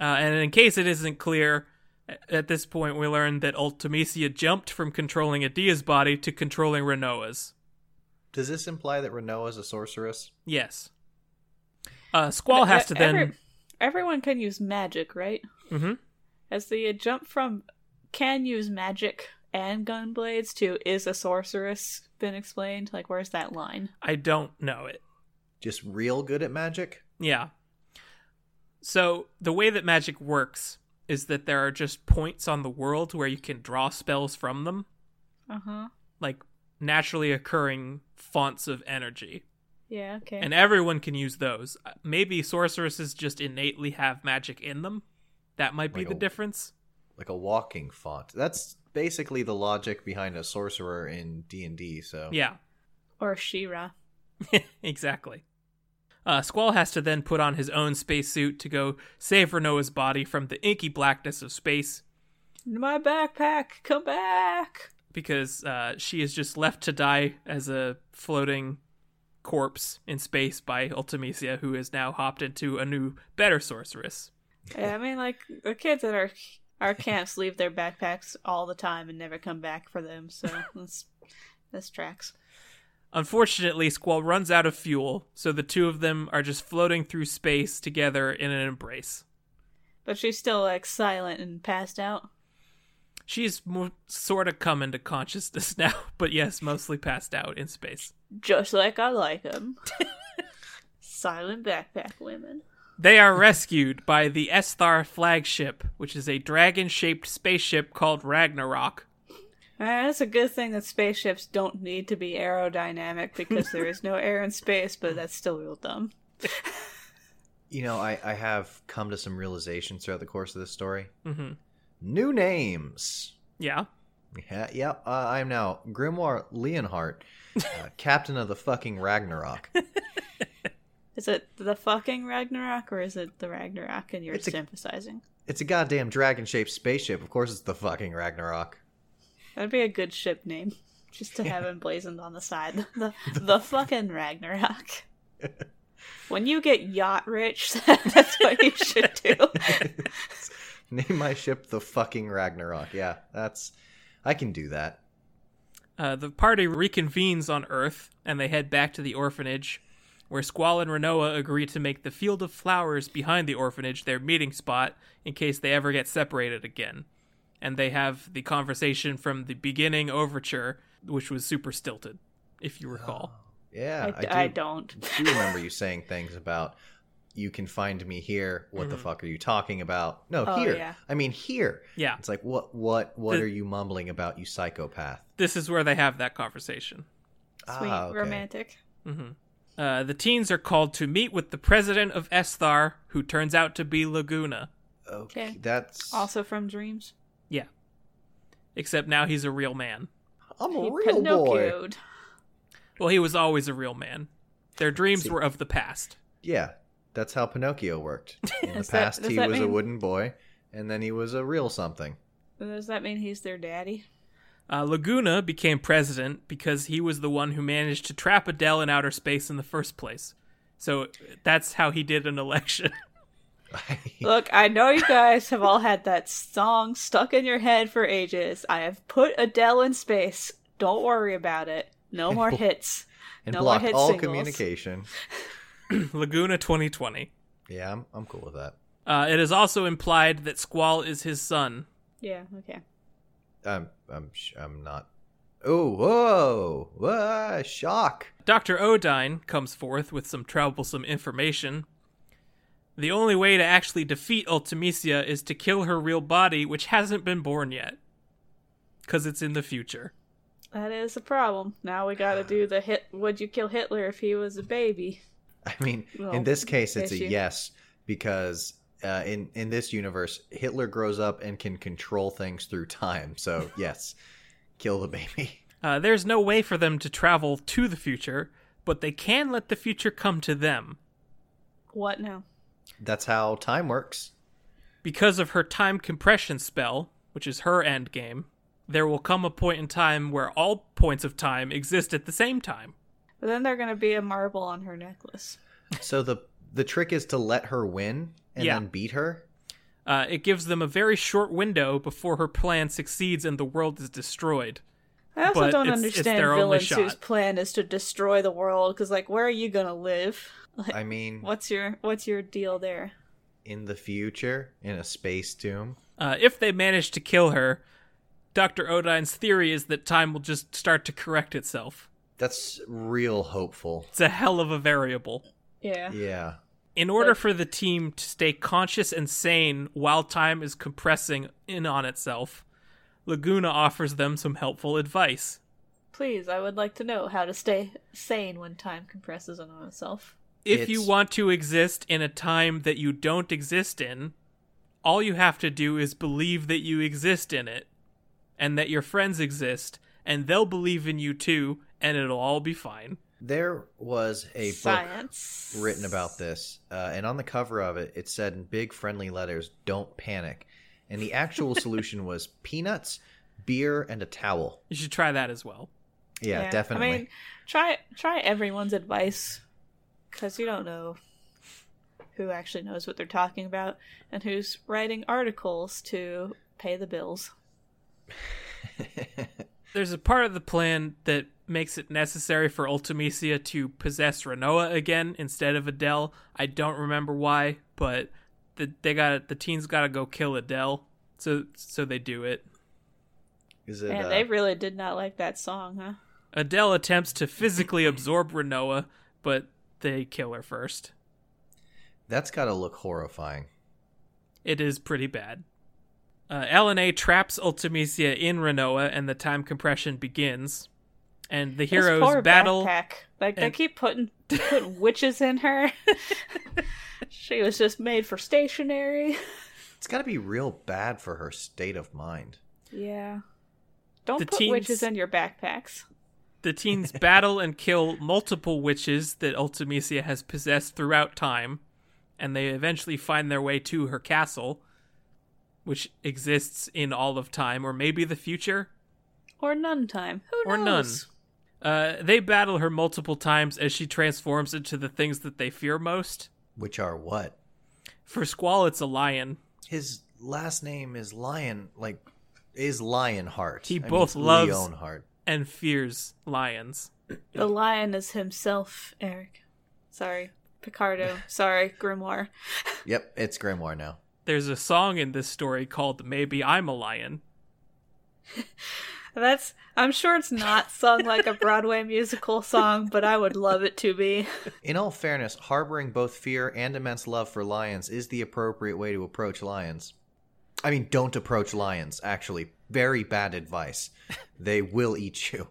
C: Uh, and in case it isn't clear, a- at this point we learn that Ultimisia jumped from controlling Adia's body to controlling Renoa's.
B: Does this imply that Renoa is a sorceress?
C: Yes. Uh, Squall has to then.
A: E-, Every- everyone can use magic, right?
C: Mhm.
A: As the uh, jump from can use magic and gun blades to is a sorceress been explained? Like, where's that line?
C: I don't know it.
B: Just real good at magic?
C: Yeah. So the way that magic works is that there are just points on the world where you can draw spells from them,
A: Uh huh.
C: like naturally occurring fonts of energy.
A: Yeah. Okay.
C: and everyone can use those. Uh, Maybe sorceresses just innately have magic in them. That might be
B: Like
C: the
B: a-
C: difference.
B: Like a walking font. That's basically the logic behind a sorcerer in D&D, so
C: Yeah,
A: or Shira.
C: exactly. Uh, Squall has to then put on his own spacesuit to go save Renoa's body from the inky blackness of space
A: My backpack, come back.
C: because uh, she is just left to die as a floating corpse in space by Ultimisia, who is now hopped into a new, better sorceress.
A: Yeah, I mean, like the kids at our our camps leave their backpacks all the time and never come back for them. So that's this tracks.
C: Unfortunately, Squall runs out of fuel, so the two of them are just floating through space together in an embrace.
A: But she's still like silent and passed out.
C: She's mo sort of come into consciousness now, but yes, mostly passed out in space.
A: just like I like them. Silent backpack women.
C: They are rescued by the Esthar flagship, which is a dragon shaped spaceship called Ragnarok.
A: Uh, that's a good thing that spaceships don't need to be aerodynamic because there is no air in space, but that's still real dumb.
B: you know, I I have come to some realizations throughout the course of this story.
C: hmm
B: New names.
C: Yeah.
B: Yeah, yep, uh, I'm now Grimoire Leonhart, uh, captain of the fucking Ragnarok.
A: Is it the fucking Ragnarok or is it the Ragnarok and you're
B: It's a-
A: just emphasizing?
B: It's a goddamn dragon-shaped spaceship. Of course it's the fucking Ragnarok.
A: That'd be a good ship name. Just to have emblazoned on the side. The, the fucking Ragnarok. When you get yacht rich, that's what you should do.
B: Name my ship the fucking Ragnarok. Yeah, that's I can do that.
C: Uh, the party reconvenes on Earth, and they head back to the orphanage, where Squall and Renoa agree to make the field of flowers behind the orphanage their meeting spot in case they ever get separated again. and they have the conversation from the beginning overture, which was super stilted, if you
B: Ah.
C: recall.
B: Oh, Yeah,
A: I, I don't.
B: do remember you saying things about you can find me here. What the fuck are you talking about? No,
A: Mm-hmm. Oh,
B: here.
A: yeah.
B: I mean here.
C: Yeah,
B: It's like what what what
C: The-
B: are you mumbling about, you psychopath?
C: this is where they have that conversation.
A: Sweet,
B: Ah, okay.
A: romantic.
C: hmm Uh, the teens are called to meet with the president of Esthar, who turns out to be Laguna.
B: Okay.
A: Okay.
B: That's
A: Also from Dreams.
C: Yeah, except now he's a real man.
B: I'm a
A: He
B: real boy.
A: Pinocchio'd.
C: Well, he was always a real man. Their dreams
B: See.
C: were of the past.
B: Yeah. That's how Pinocchio worked. In the
A: Does that-
B: past
A: does
B: he
A: that
B: was a
A: mean-
B: wooden boy and then he was a real something.
A: Does that mean he's their daddy?
C: Uh, Laguna became president because he was the one who managed to trap Adele in outer space in the first place. So that's how he did an election.
A: Look, I know you guys have all had that song stuck in your head for ages. I have put Adele in space. Don't worry about it. No more hits.
B: and
A: No more
B: blocked
A: hit
B: all
A: singles.
B: communication.
C: Laguna 2020.
B: Yeah, I'm I'm cool with that.
C: Uh, it is also implied that Squall is his son.
A: Yeah, okay.
B: I'm I'm sh- I'm not Oh, whoa. Whoa, shock.
C: Dr. Odine comes forth with some troublesome information. The only way to actually defeat Ultimisia is to kill her real body, which hasn't been born yet. Because it's in the future.
A: That is a problem. Now we gotta do the hit would you kill Hitler if he was a baby?
B: I mean,
A: Well,
B: in this case, it's
A: issue.
B: a yes because uh, in in this universe, Hitler grows up and can control things through time. So yes, kill the baby.
C: Uh, there's no way for them to travel to the future, but they can let the future come to them.
A: What now?
B: That's how time works.
C: Because of her time compression spell, which is her endgame, there will come a point in time where all points of time exist at the same time.
A: But then they're gonna be a marble on her necklace.
B: So the the trick is to let her win and
C: Yeah.
B: then beat her.
C: Uh, it gives them a very short window before her plan succeeds and the world is destroyed.
A: I also
C: But
A: don't
C: it's- it's
A: understand
C: their only
A: villains
C: shot.
A: whose plan is to destroy the world. Because, like, where are you gonna live? Like,
B: I mean,
A: what's your what's your deal there?
B: in the future, in a space tomb.
C: Uh, if they manage to kill her, Dr. Odine's theory is that time will just start to correct itself.
B: That's real hopeful.
C: It's a hell of a variable.
A: Yeah.
B: Yeah.
C: In order
A: Like-
C: for the team to stay conscious and sane while time is compressing in on itself, Laguna offers them some helpful advice.
A: Please, I would like to know how to stay sane when time compresses in on itself.
C: If you
B: It's-
C: want to exist in a time that you don't exist in, all you have to do is believe that you exist in it and that your friends exist, and they'll believe in you too, and it'll all be fine.
B: There was a book
A: Science.
B: written about this, uh, and on the cover of it, it said in big friendly letters, "Don't panic." And the actual solution was peanuts, beer, and a towel.
C: You should try that as well.
B: Yeah, definitely.
A: I mean, try try everyone's advice, because you don't know who actually knows what they're talking about and who's writing articles to pay the bills.
C: There's a part of the plan that makes it necessary for Ultimisia to possess Renoa again instead of Adele. I don't remember why, but the, they got the teens got to go kill Adele, so so they do it.
B: Is it?
A: And
B: uh,
A: they really did not like that song, huh?
C: Adele attempts to physically absorb Renoa, but they kill her first.
B: that's got to look horrifying.
C: It is pretty bad. Uh, LNA traps Ultimisia in Renoa, and the time compression begins. And the
A: This
C: heroes
A: poor
C: battle.
A: backpack. Like they
C: and-
A: keep putting putting witches in her. she was just made for stationery.
B: It's got to be real bad for her state of mind.
A: Yeah. Don't
C: The
A: put
C: teens-
A: witches in your backpacks.
C: The teens battle and kill multiple witches that Ultimisia has possessed throughout time, and they eventually find their way to her castle, which exists in all of time, or maybe the future.
A: Or none time. Who
C: Or none.
A: knows?
C: Uh, they battle her multiple times as she transforms into the things that they fear most.
B: Which are what?
C: For Squall, it's a lion.
B: His last name is Lion. Like, is Lionheart.
C: He
B: I mean,
C: both
B: it's
C: loves-
B: Leonhardt.
C: and fears lions.
A: The lion is himself, Eric. Sorry. Picardo. Sorry, Grimoire.
B: Yep, it's Grimoire now.
C: There's a song in this story called Maybe I'm a Lion.
A: That's I'm sure it's not sung like a Broadway musical song, but I would love it to be.
B: In all fairness, harboring both fear and immense love for lions is the appropriate way to approach lions. I mean, don't approach lions, actually. Very bad advice. They will eat you.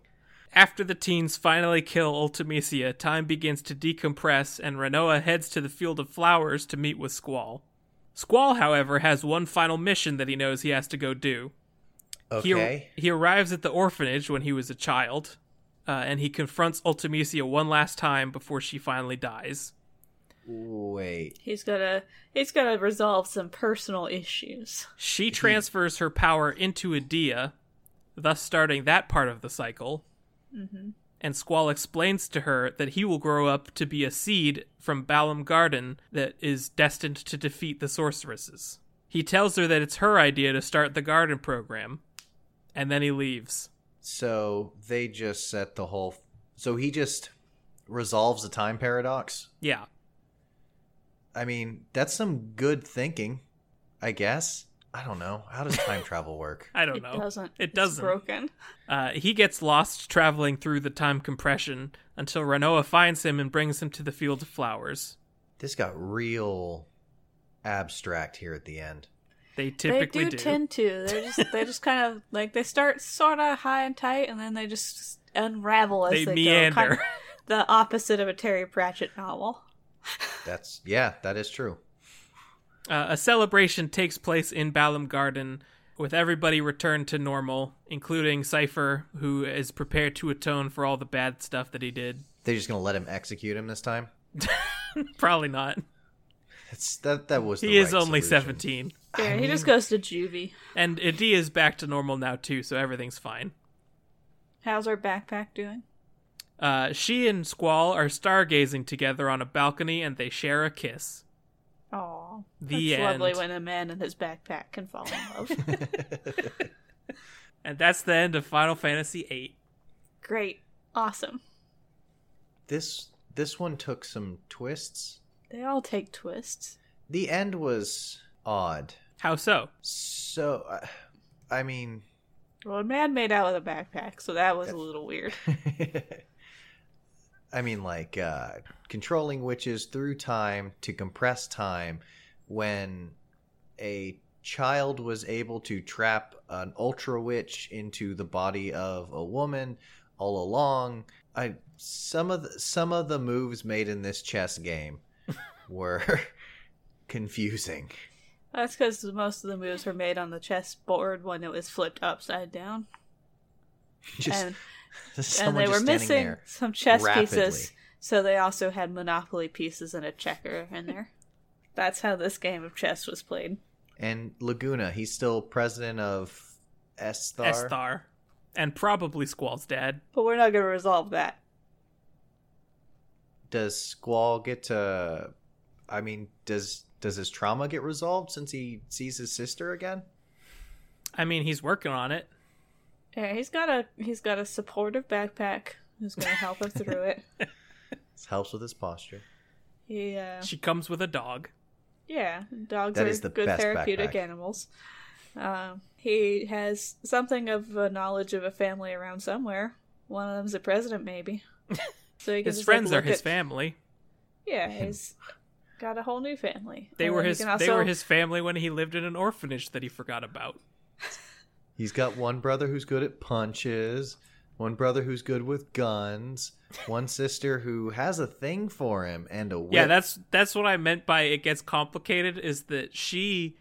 C: After the teens finally kill Ultimisia, time begins to decompress, and Renoa heads to the Field of Flowers to meet with Squall. Squall, however, has one final mission that he knows he has to go do. He-
B: Okay.
C: He, arrives at the orphanage when he was a child, uh, and he confronts Ultimisia one last time before she finally dies.
B: Wait.
A: He's gonna he's gonna resolve some personal issues.
C: She transfers her power into Adia, thus starting that part of the cycle.
A: hmm
C: And Squall explains to her that he will grow up to be a seed from Balam Garden that is destined to defeat the sorceresses. He tells her that it's her idea to start the garden program, and then he leaves.
B: So they just set the whole. So he just resolves the time paradox.
C: Yeah.
B: I mean, that's some good thinking, I guess. I don't know. How does time travel work?
C: I don't
A: It
C: know.
A: doesn't.
C: It
A: It's
C: doesn't.
A: broken.
C: Uh, he gets lost traveling through the time compression until Renoa finds him and brings him to the field of flowers.
B: This got real abstract here at the end.
C: They typically
A: they do, tend to. They just they just kind of like they start sort of high and tight, and then they just unravel as
C: They
A: they,
C: meander.
A: go. Kind of the opposite of a Terry Pratchett novel.
B: That's yeah, that is true.
C: Uh, a celebration takes place in Balam Garden with everybody returned to normal, including Cypher, who is prepared to atone for all the bad stuff that he did.
B: They're just gonna let him execute him this time.
C: Probably not.
B: That's that. That was. The
C: he is
B: right
C: only
B: solution.
C: 17.
A: Yeah, he just goes to juvie.
C: And Idi is back to normal now, too, so everything's fine.
A: How's our backpack doing?
C: Uh, she and Squall are stargazing together on a balcony and they share a kiss.
A: Oh,
C: The
A: it's lovely
C: end.
A: when a man and his backpack can fall in love.
C: And that's the end of Final Fantasy VIII.
A: Great, awesome.
B: This this one took some twists.
A: They all take twists.
B: The end was odd.
C: How so?
B: So, uh, I mean,
A: Well, a man made out with a backpack, so that was a little weird.
B: I mean, like uh, controlling witches through time to compress time when a child was able to trap an ultra witch into the body of a woman all along. I some of the, some of the moves made in this chess game were confusing.
A: That's because most of the moves were made on the chessboard when it was flipped upside down,
B: Just
A: and and
B: someone
A: they were
B: just standing
A: missing
B: there.
A: some chess pieces.
B: rapidly.
A: So they also had Monopoly pieces and a checker in there. That's how this game of chess was played.
B: And Laguna, he's still president of Esthar.
C: Esthar. And probably Squall's dad.
A: But we're not going to resolve that.
B: does squall get to i mean does does his trauma get resolved since he sees his sister again
C: I mean, he's working on it.
A: Yeah, he's got a he's got a supportive backpack who's going to help him through it.
B: this helps with his posture
A: Yeah,
C: She comes with a dog.
A: yeah. Dogs
B: That
A: are
B: is the
A: good
B: best
A: therapeutic
B: backpack.
A: animals. Um, he has something of a knowledge of a family around somewhere. One of them's the president, maybe. So he can
C: His
A: just, like,
C: friends are
A: look
C: his
A: at-
C: family.
A: Yeah, he's got a whole new family.
C: They
A: And
C: were
A: then he
C: his
A: can
C: they
A: also-
C: were his family when he lived in an orphanage that he forgot about.
B: he's got one brother who's good at punches one brother who's good with guns one sister who has a thing for him and a whip.
C: Yeah, that's that's what I meant by it gets complicated is that she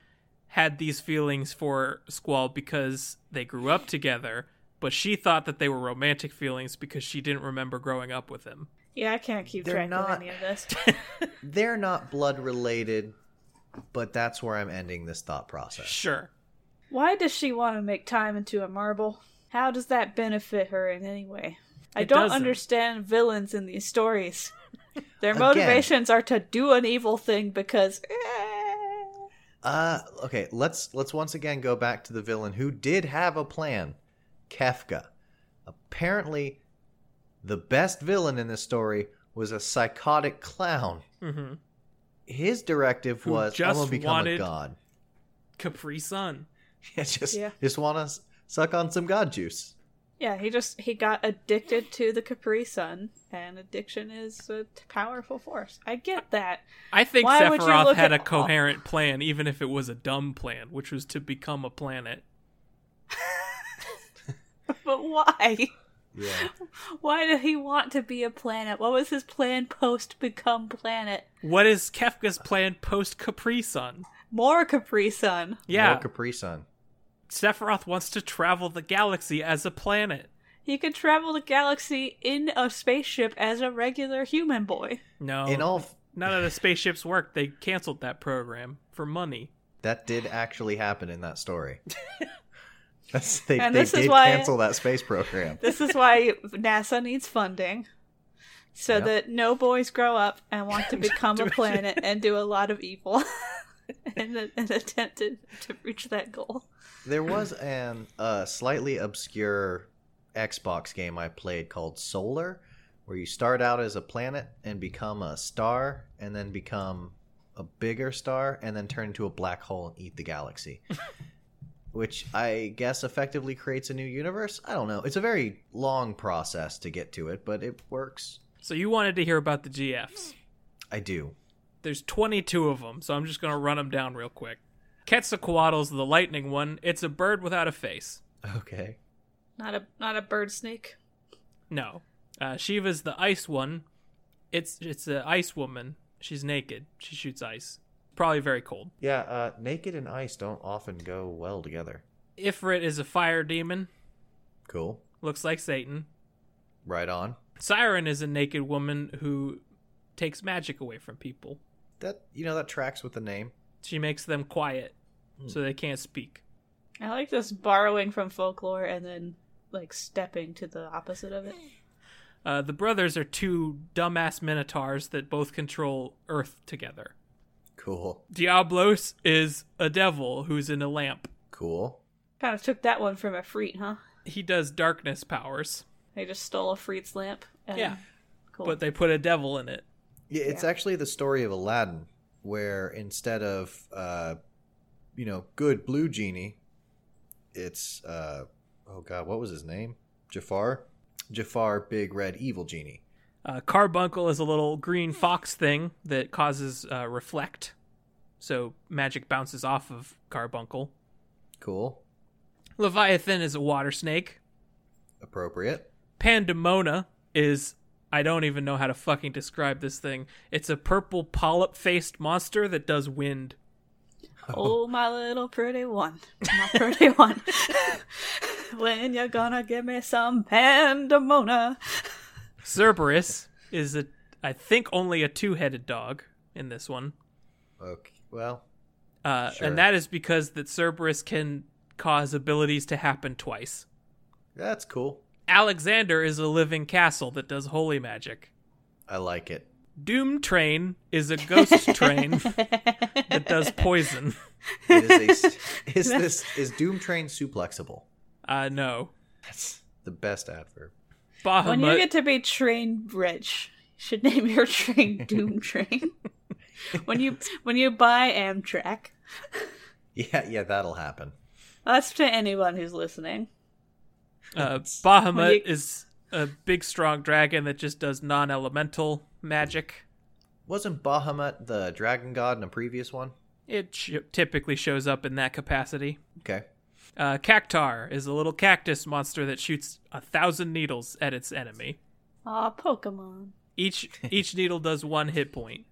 C: had these feelings for Squall because they grew up together, but she thought that they were romantic feelings because she didn't remember growing up with him.
A: Yeah, I can't keep
B: They're
A: track
B: not-
A: of any of this.
B: they're not blood related but that's where i'm ending this thought process
C: Sure.
A: Why does she want to make time into a marble? How does that benefit her in any way? I
C: It
A: don't
C: doesn't.
A: understand villains in these stories. Their
B: Again.
A: motivations are to do an evil thing because eh,
B: uh okay let's let's once again go back to the villain who did have a plan kefka apparently the best villain in this story was a psychotic clown
C: Mm-hmm.
B: his directive
C: Who
B: was i'm
C: just
B: gonna become
C: wanted-
B: a god
C: Capri Sun.
B: yeah just
A: Yeah.
B: just want to Suck on some god juice.
A: Yeah, he just he got addicted to the Capri Sun, and addiction is a t- powerful force. I get that.
C: I think
A: Why would you
C: Sephiroth
A: look
C: had a
A: at-
C: coherent plan, even if it was a dumb plan, which was to become a planet.
A: But why?
B: Yeah.
A: Why did he want to be a planet? What was his plan post become planet?
C: What is Kefka's plan post Capri Sun?
A: More Capri Sun.
C: Yeah,
B: More Capri Sun.
C: Sephiroth wants to travel the galaxy as a planet.
A: He could travel the galaxy in a spaceship as a regular human boy.
C: No,
B: In all, f-
C: none of the spaceships worked. They canceled that program for money.
B: that did actually happen in that story. That's, they
A: And
B: they
A: this is
B: did
A: why-
B: cancel that space program.
A: This is why NASA needs funding. So
B: Yep.
A: that no boys grow up and want to become a planet and do a lot of evil in an an attempt to, to reach that goal.
B: There was an uh, slightly obscure Xbox game I played called Solar, where you start out as a planet and become a star, and then become a bigger star, and then turn into a black hole and eat the galaxy. Which I guess effectively creates a new universe. I don't know. It's a very long process to get to it, but it works.
C: So you wanted to hear about the GFs.
B: I do.
C: There's 22 of them, so I'm just going to run them down real quick. Quetzalcoatl's the lightning one. It's a bird without a face.
B: Okay.
A: Not a not a bird snake.
C: No. Uh, Shiva's the ice one. It's it's an ice woman. She's naked. She shoots ice. Probably very cold.
B: Yeah, uh, naked and ice don't often go well together.
C: Ifrit is a fire demon.
B: Cool.
C: Looks like Satan.
B: Right on.
C: Siren is a naked woman who takes magic away from people.
B: That you know that tracks with the name.
C: She makes them quiet so they can't speak.
A: I like this borrowing from folklore and then like stepping to the opposite of it.
C: Uh, the brothers are two dumbass minotaurs that both control Earth together.
B: Cool.
C: Diablos is a devil who's in a lamp.
B: Cool.
A: Kind of took that one from Efreet, huh?
C: He does darkness powers,
A: They just stole Efreet's lamp. And
C: Yeah.
A: cool.
C: but they put a devil in it.
B: Yeah, it's actually the story of Aladdin, where instead of uh, you know, good blue genie, it's uh, oh god, what was his name? Jafar. Jafar, big red evil genie.
C: Uh, carbuncle is a little green fox thing that causes uh, reflect, so magic bounces off of carbuncle.
B: Cool.
C: Leviathan is a water snake.
B: Appropriate.
C: Pandemona is I don't even know how to fucking describe this thing. It's a purple polyp faced monster that does wind.
A: oh my little pretty one, my pretty one, when you gonna give me some pandemona?
C: Cerberus is a I think only a two headed dog in this one.
B: Okay. Well,
C: Uh,
B: Sure.
C: and that is because that Cerberus can cause abilities to happen twice.
B: that's cool.
C: Alexander is a living castle that does holy magic.
B: I like it.
C: Doom Train is a ghost train that does poison.
B: It is a s is this is Doom Train suplexible?
C: Uh no.
B: That's the best adverb.
C: Bahamut
A: When you get to be train rich, you should name your train Doom Train. when you when you buy Amtrak,
B: Yeah, yeah, that'll happen.
A: that's to anyone who's listening.
C: Uh, Bahamut
A: you-
C: is a big, strong dragon that just does non-elemental magic.
B: Wasn't Bahamut the dragon god in a previous one?
C: It sh- typically shows up in that capacity.
B: Okay.
C: Uh, Cactar is a little cactus monster that shoots a thousand needles at its enemy.
A: Aw, Pokemon.
C: Each each needle does one hit point.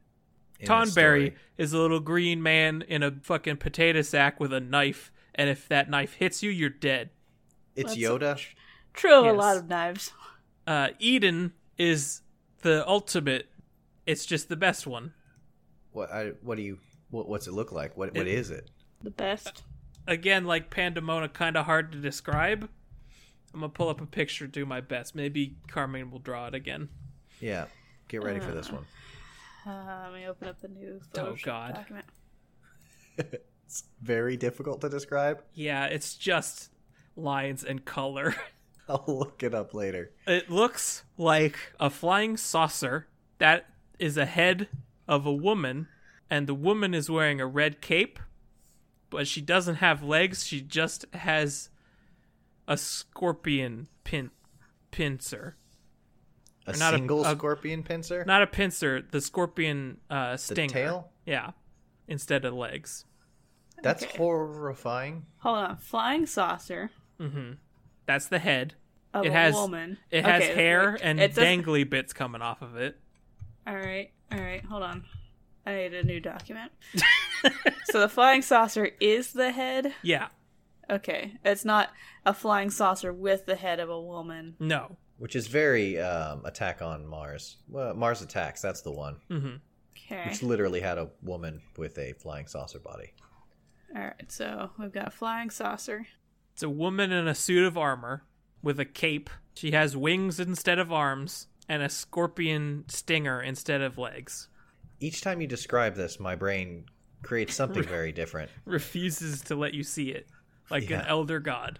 B: in the
C: Tonberry
B: story.
C: is a little green man in a fucking potato sack with a knife, and if that knife hits you, you're dead.
B: It's
A: That's-
B: Yoda.
A: True of a
C: Yes.
A: lot of knives.
C: Uh, Eden is the ultimate. It's just the best one.
B: What? I, what do you? What, what's it look like? What? What
C: It-
B: is it?
A: The best.
C: again like pandemona kind of hard to describe i'm gonna pull up a picture do my best maybe carmen will draw it again
B: Yeah. Get ready for this one.
A: Uh, let me open up the new
C: Oh,
A: Photoshop
C: God.
A: document.
B: It's very difficult to describe.
C: yeah it's just lines and color
B: I'll look it up later.
C: it looks like a flying saucer that is a head of a woman and the woman is wearing a red cape but she doesn't have legs she just has a scorpion pin pincer.
B: A
C: Or not a-
B: single
C: a-
B: scorpion pincer?
C: Not a pincer, the scorpion uh stinger.
B: tail?
C: Yeah. Instead of legs.
B: That's
A: Okay.
B: horrifying.
D: Hold on. Flying saucer
C: Mm-hmm. That's the head.
D: of
C: It
D: a
C: has-
D: woman.
C: It has
A: Okay,
C: hair
A: wait.
C: and
A: It doesn't-
C: dangly bits coming off of it.
D: All right. All right. Hold on. I need a new document.
A: so the flying saucer is the head.
C: Yeah.
D: Okay. It's not a flying saucer with the head of a woman.
C: No.
B: Which is very um, Attack on Mars. Well, Mars Attacks, that's the one.
C: Mm-hmm.
D: Okay.
B: Which literally had a woman with a flying saucer body.
D: All right. So we've got flying saucer.
C: It's a woman in a suit of armor with a cape. She has wings instead of arms and a scorpion stinger instead of legs.
B: Each time you describe this, my brain creates something very different.
C: Refuses to let you see it like
B: Yeah.
C: an elder god.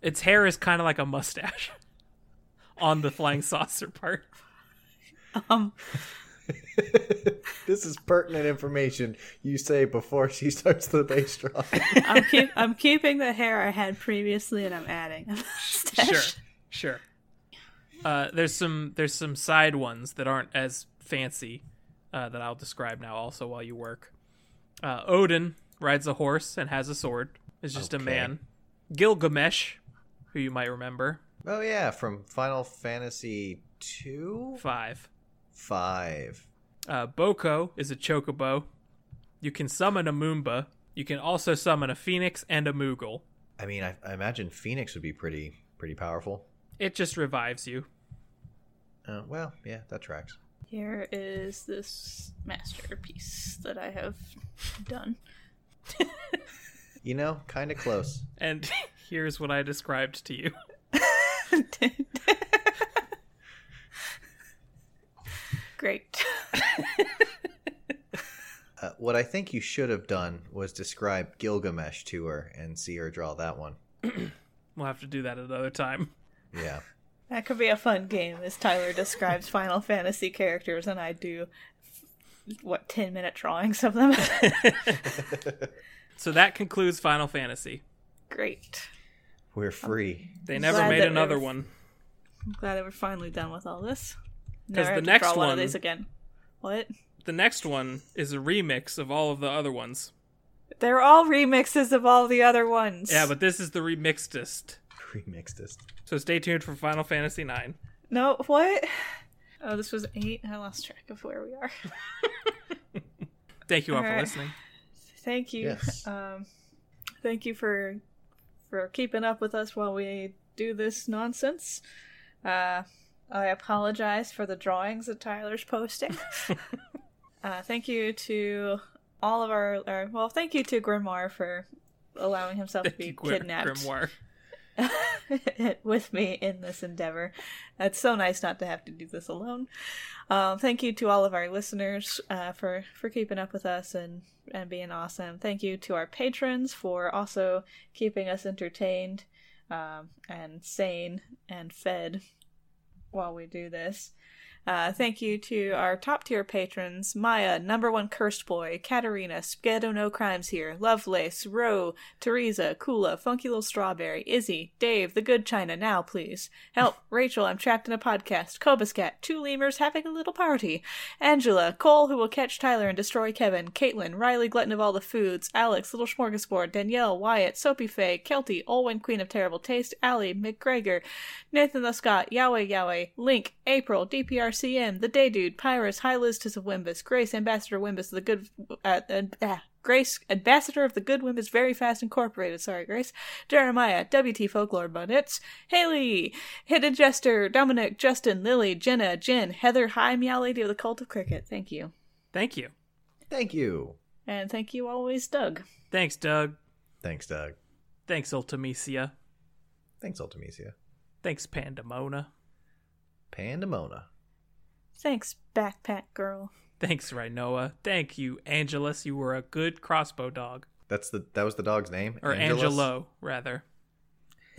C: its hair is kind of like a mustache on the flying saucer part.
D: Um.
B: this is pertinent information you say before she starts the bass drop.
D: I'm keep, I'm keeping the hair I had previously, and I'm adding a mustache.
C: Sure. Sure. Uh, there's some there's some side ones that aren't as fancy uh, that I'll describe now also while you work. Uh, Odin rides a horse and has a sword. Is just a
B: Okay.
C: man. Gilgamesh, who you might remember,
B: oh yeah, from Final Fantasy two
C: five.
B: five.
C: Uh, Boko is a chocobo. You can summon a Moomba. You can also summon a phoenix and a Moogle.
B: I mean, I, I imagine Phoenix would be pretty pretty powerful.
C: It just revives you.
B: Uh, well, yeah, that tracks.
A: Here is this masterpiece that I have done.
B: You know, kind of close.
C: And here's what I described to you.
A: Great.
B: Uh, what I think you should have done was describe Gilgamesh to her and see her draw that one.
C: We'll have to do that another time.
B: Yeah.
A: That could be a fun game as Tyler describes Final Fantasy characters and I do what 10 minute drawings of them.
C: So that concludes Final Fantasy.
A: Great.
B: We're free.
C: They never
A: Glad
C: made
A: that
C: another
A: there-
C: one.
A: I'm glad that we're finally done with all this.
C: 'Cause
A: Never
C: the
A: have to
C: next
A: draw one of
C: one-
A: these again. What?
C: The next one is a remix of all of the other ones.
A: They're all remixes of all the other ones.
C: Yeah, but this is the remixedest.
B: Remixed this.
C: So stay tuned for Final Fantasy IX.
A: No, what? Oh, this was eight. I lost track of where we are.
C: Thank you all, for
A: Alright.
C: listening.
A: Thank you.
B: Yes.
A: Um, thank you for for keeping up with us while we do this nonsense. Uh, I apologize for the drawings that Tyler's posting. uh, thank you to all of our, our well, thank you to Grimoire for allowing himself
C: Thank
A: to be
C: you, Grim-
A: kidnapped
C: Grimoire.
A: with me in this endeavor. It's so nice not to have to do this alone. Um, thank you to all of our listeners uh, for for keeping up with us and and being awesome. Thank you to our patrons for also keeping us entertained um, and sane and fed while we do this. Uh, thank you to our top tier patrons Maya, Number One Cursed Boy, Katarina, Spaghetto No Crimes Here, Lovelace, Roe, Teresa, Kula, Funky Little Strawberry, Izzy, Dave, The Good China, Now Please, Help, Rachel, I'm Trapped in a Podcast, Cobus Cat, Two Lemurs Having a Little Party, Angela, Cole, Who Will Catch Tyler and Destroy Kevin, Caitlin, Riley, Glutton of All the Foods, Alex, Little Smorgasbord, Danielle, Wyatt, Soapy Faye, Kelty, Olwen, Queen of Terrible Taste, Allie, McGregor, Nathan the Scott, Yahweh Yahweh, Link, April, DPRCM, The Day Dude, Pyrus, High Listus of Wimbus, Grace, Ambassador Wimbus, The Good, uh, uh, ah, Grace, Ambassador of the Good Wimbus, Very Fast Incorporated, sorry, Grace, Jeremiah, WT Folklore Bunnets, Haley, Hidden Jester, Dominic, Justin, Lily, Jenna, Jen, Heather, Hi Meow Lady of the Cult of Cricket, thank you.
C: Thank you.
B: Thank you.
A: And thank you always, Doug.
C: Thanks, Doug.
B: Thanks, Doug.
C: Thanks, Ultimisia.
B: Thanks, Ultimisia.
C: Thanks, Pandemona.
B: Pandemona.
A: Thanks, Backpack Girl.
C: Thanks, Rhinoa. Thank you, Angelus. You were a good crossbow dog.
B: That's the that was the dog's name.
C: Or
B: Angelus?
C: Angelo, rather.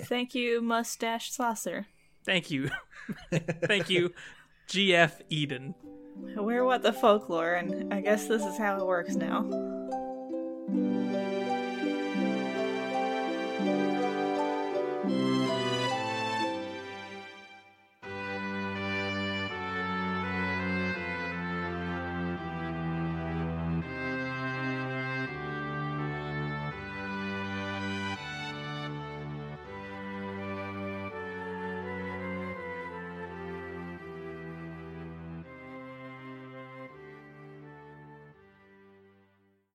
A: Thank you, Mustache Saucer.
C: Thank you. Thank you, GF Eden.
A: We're what the folklore, and I guess this is how it works now.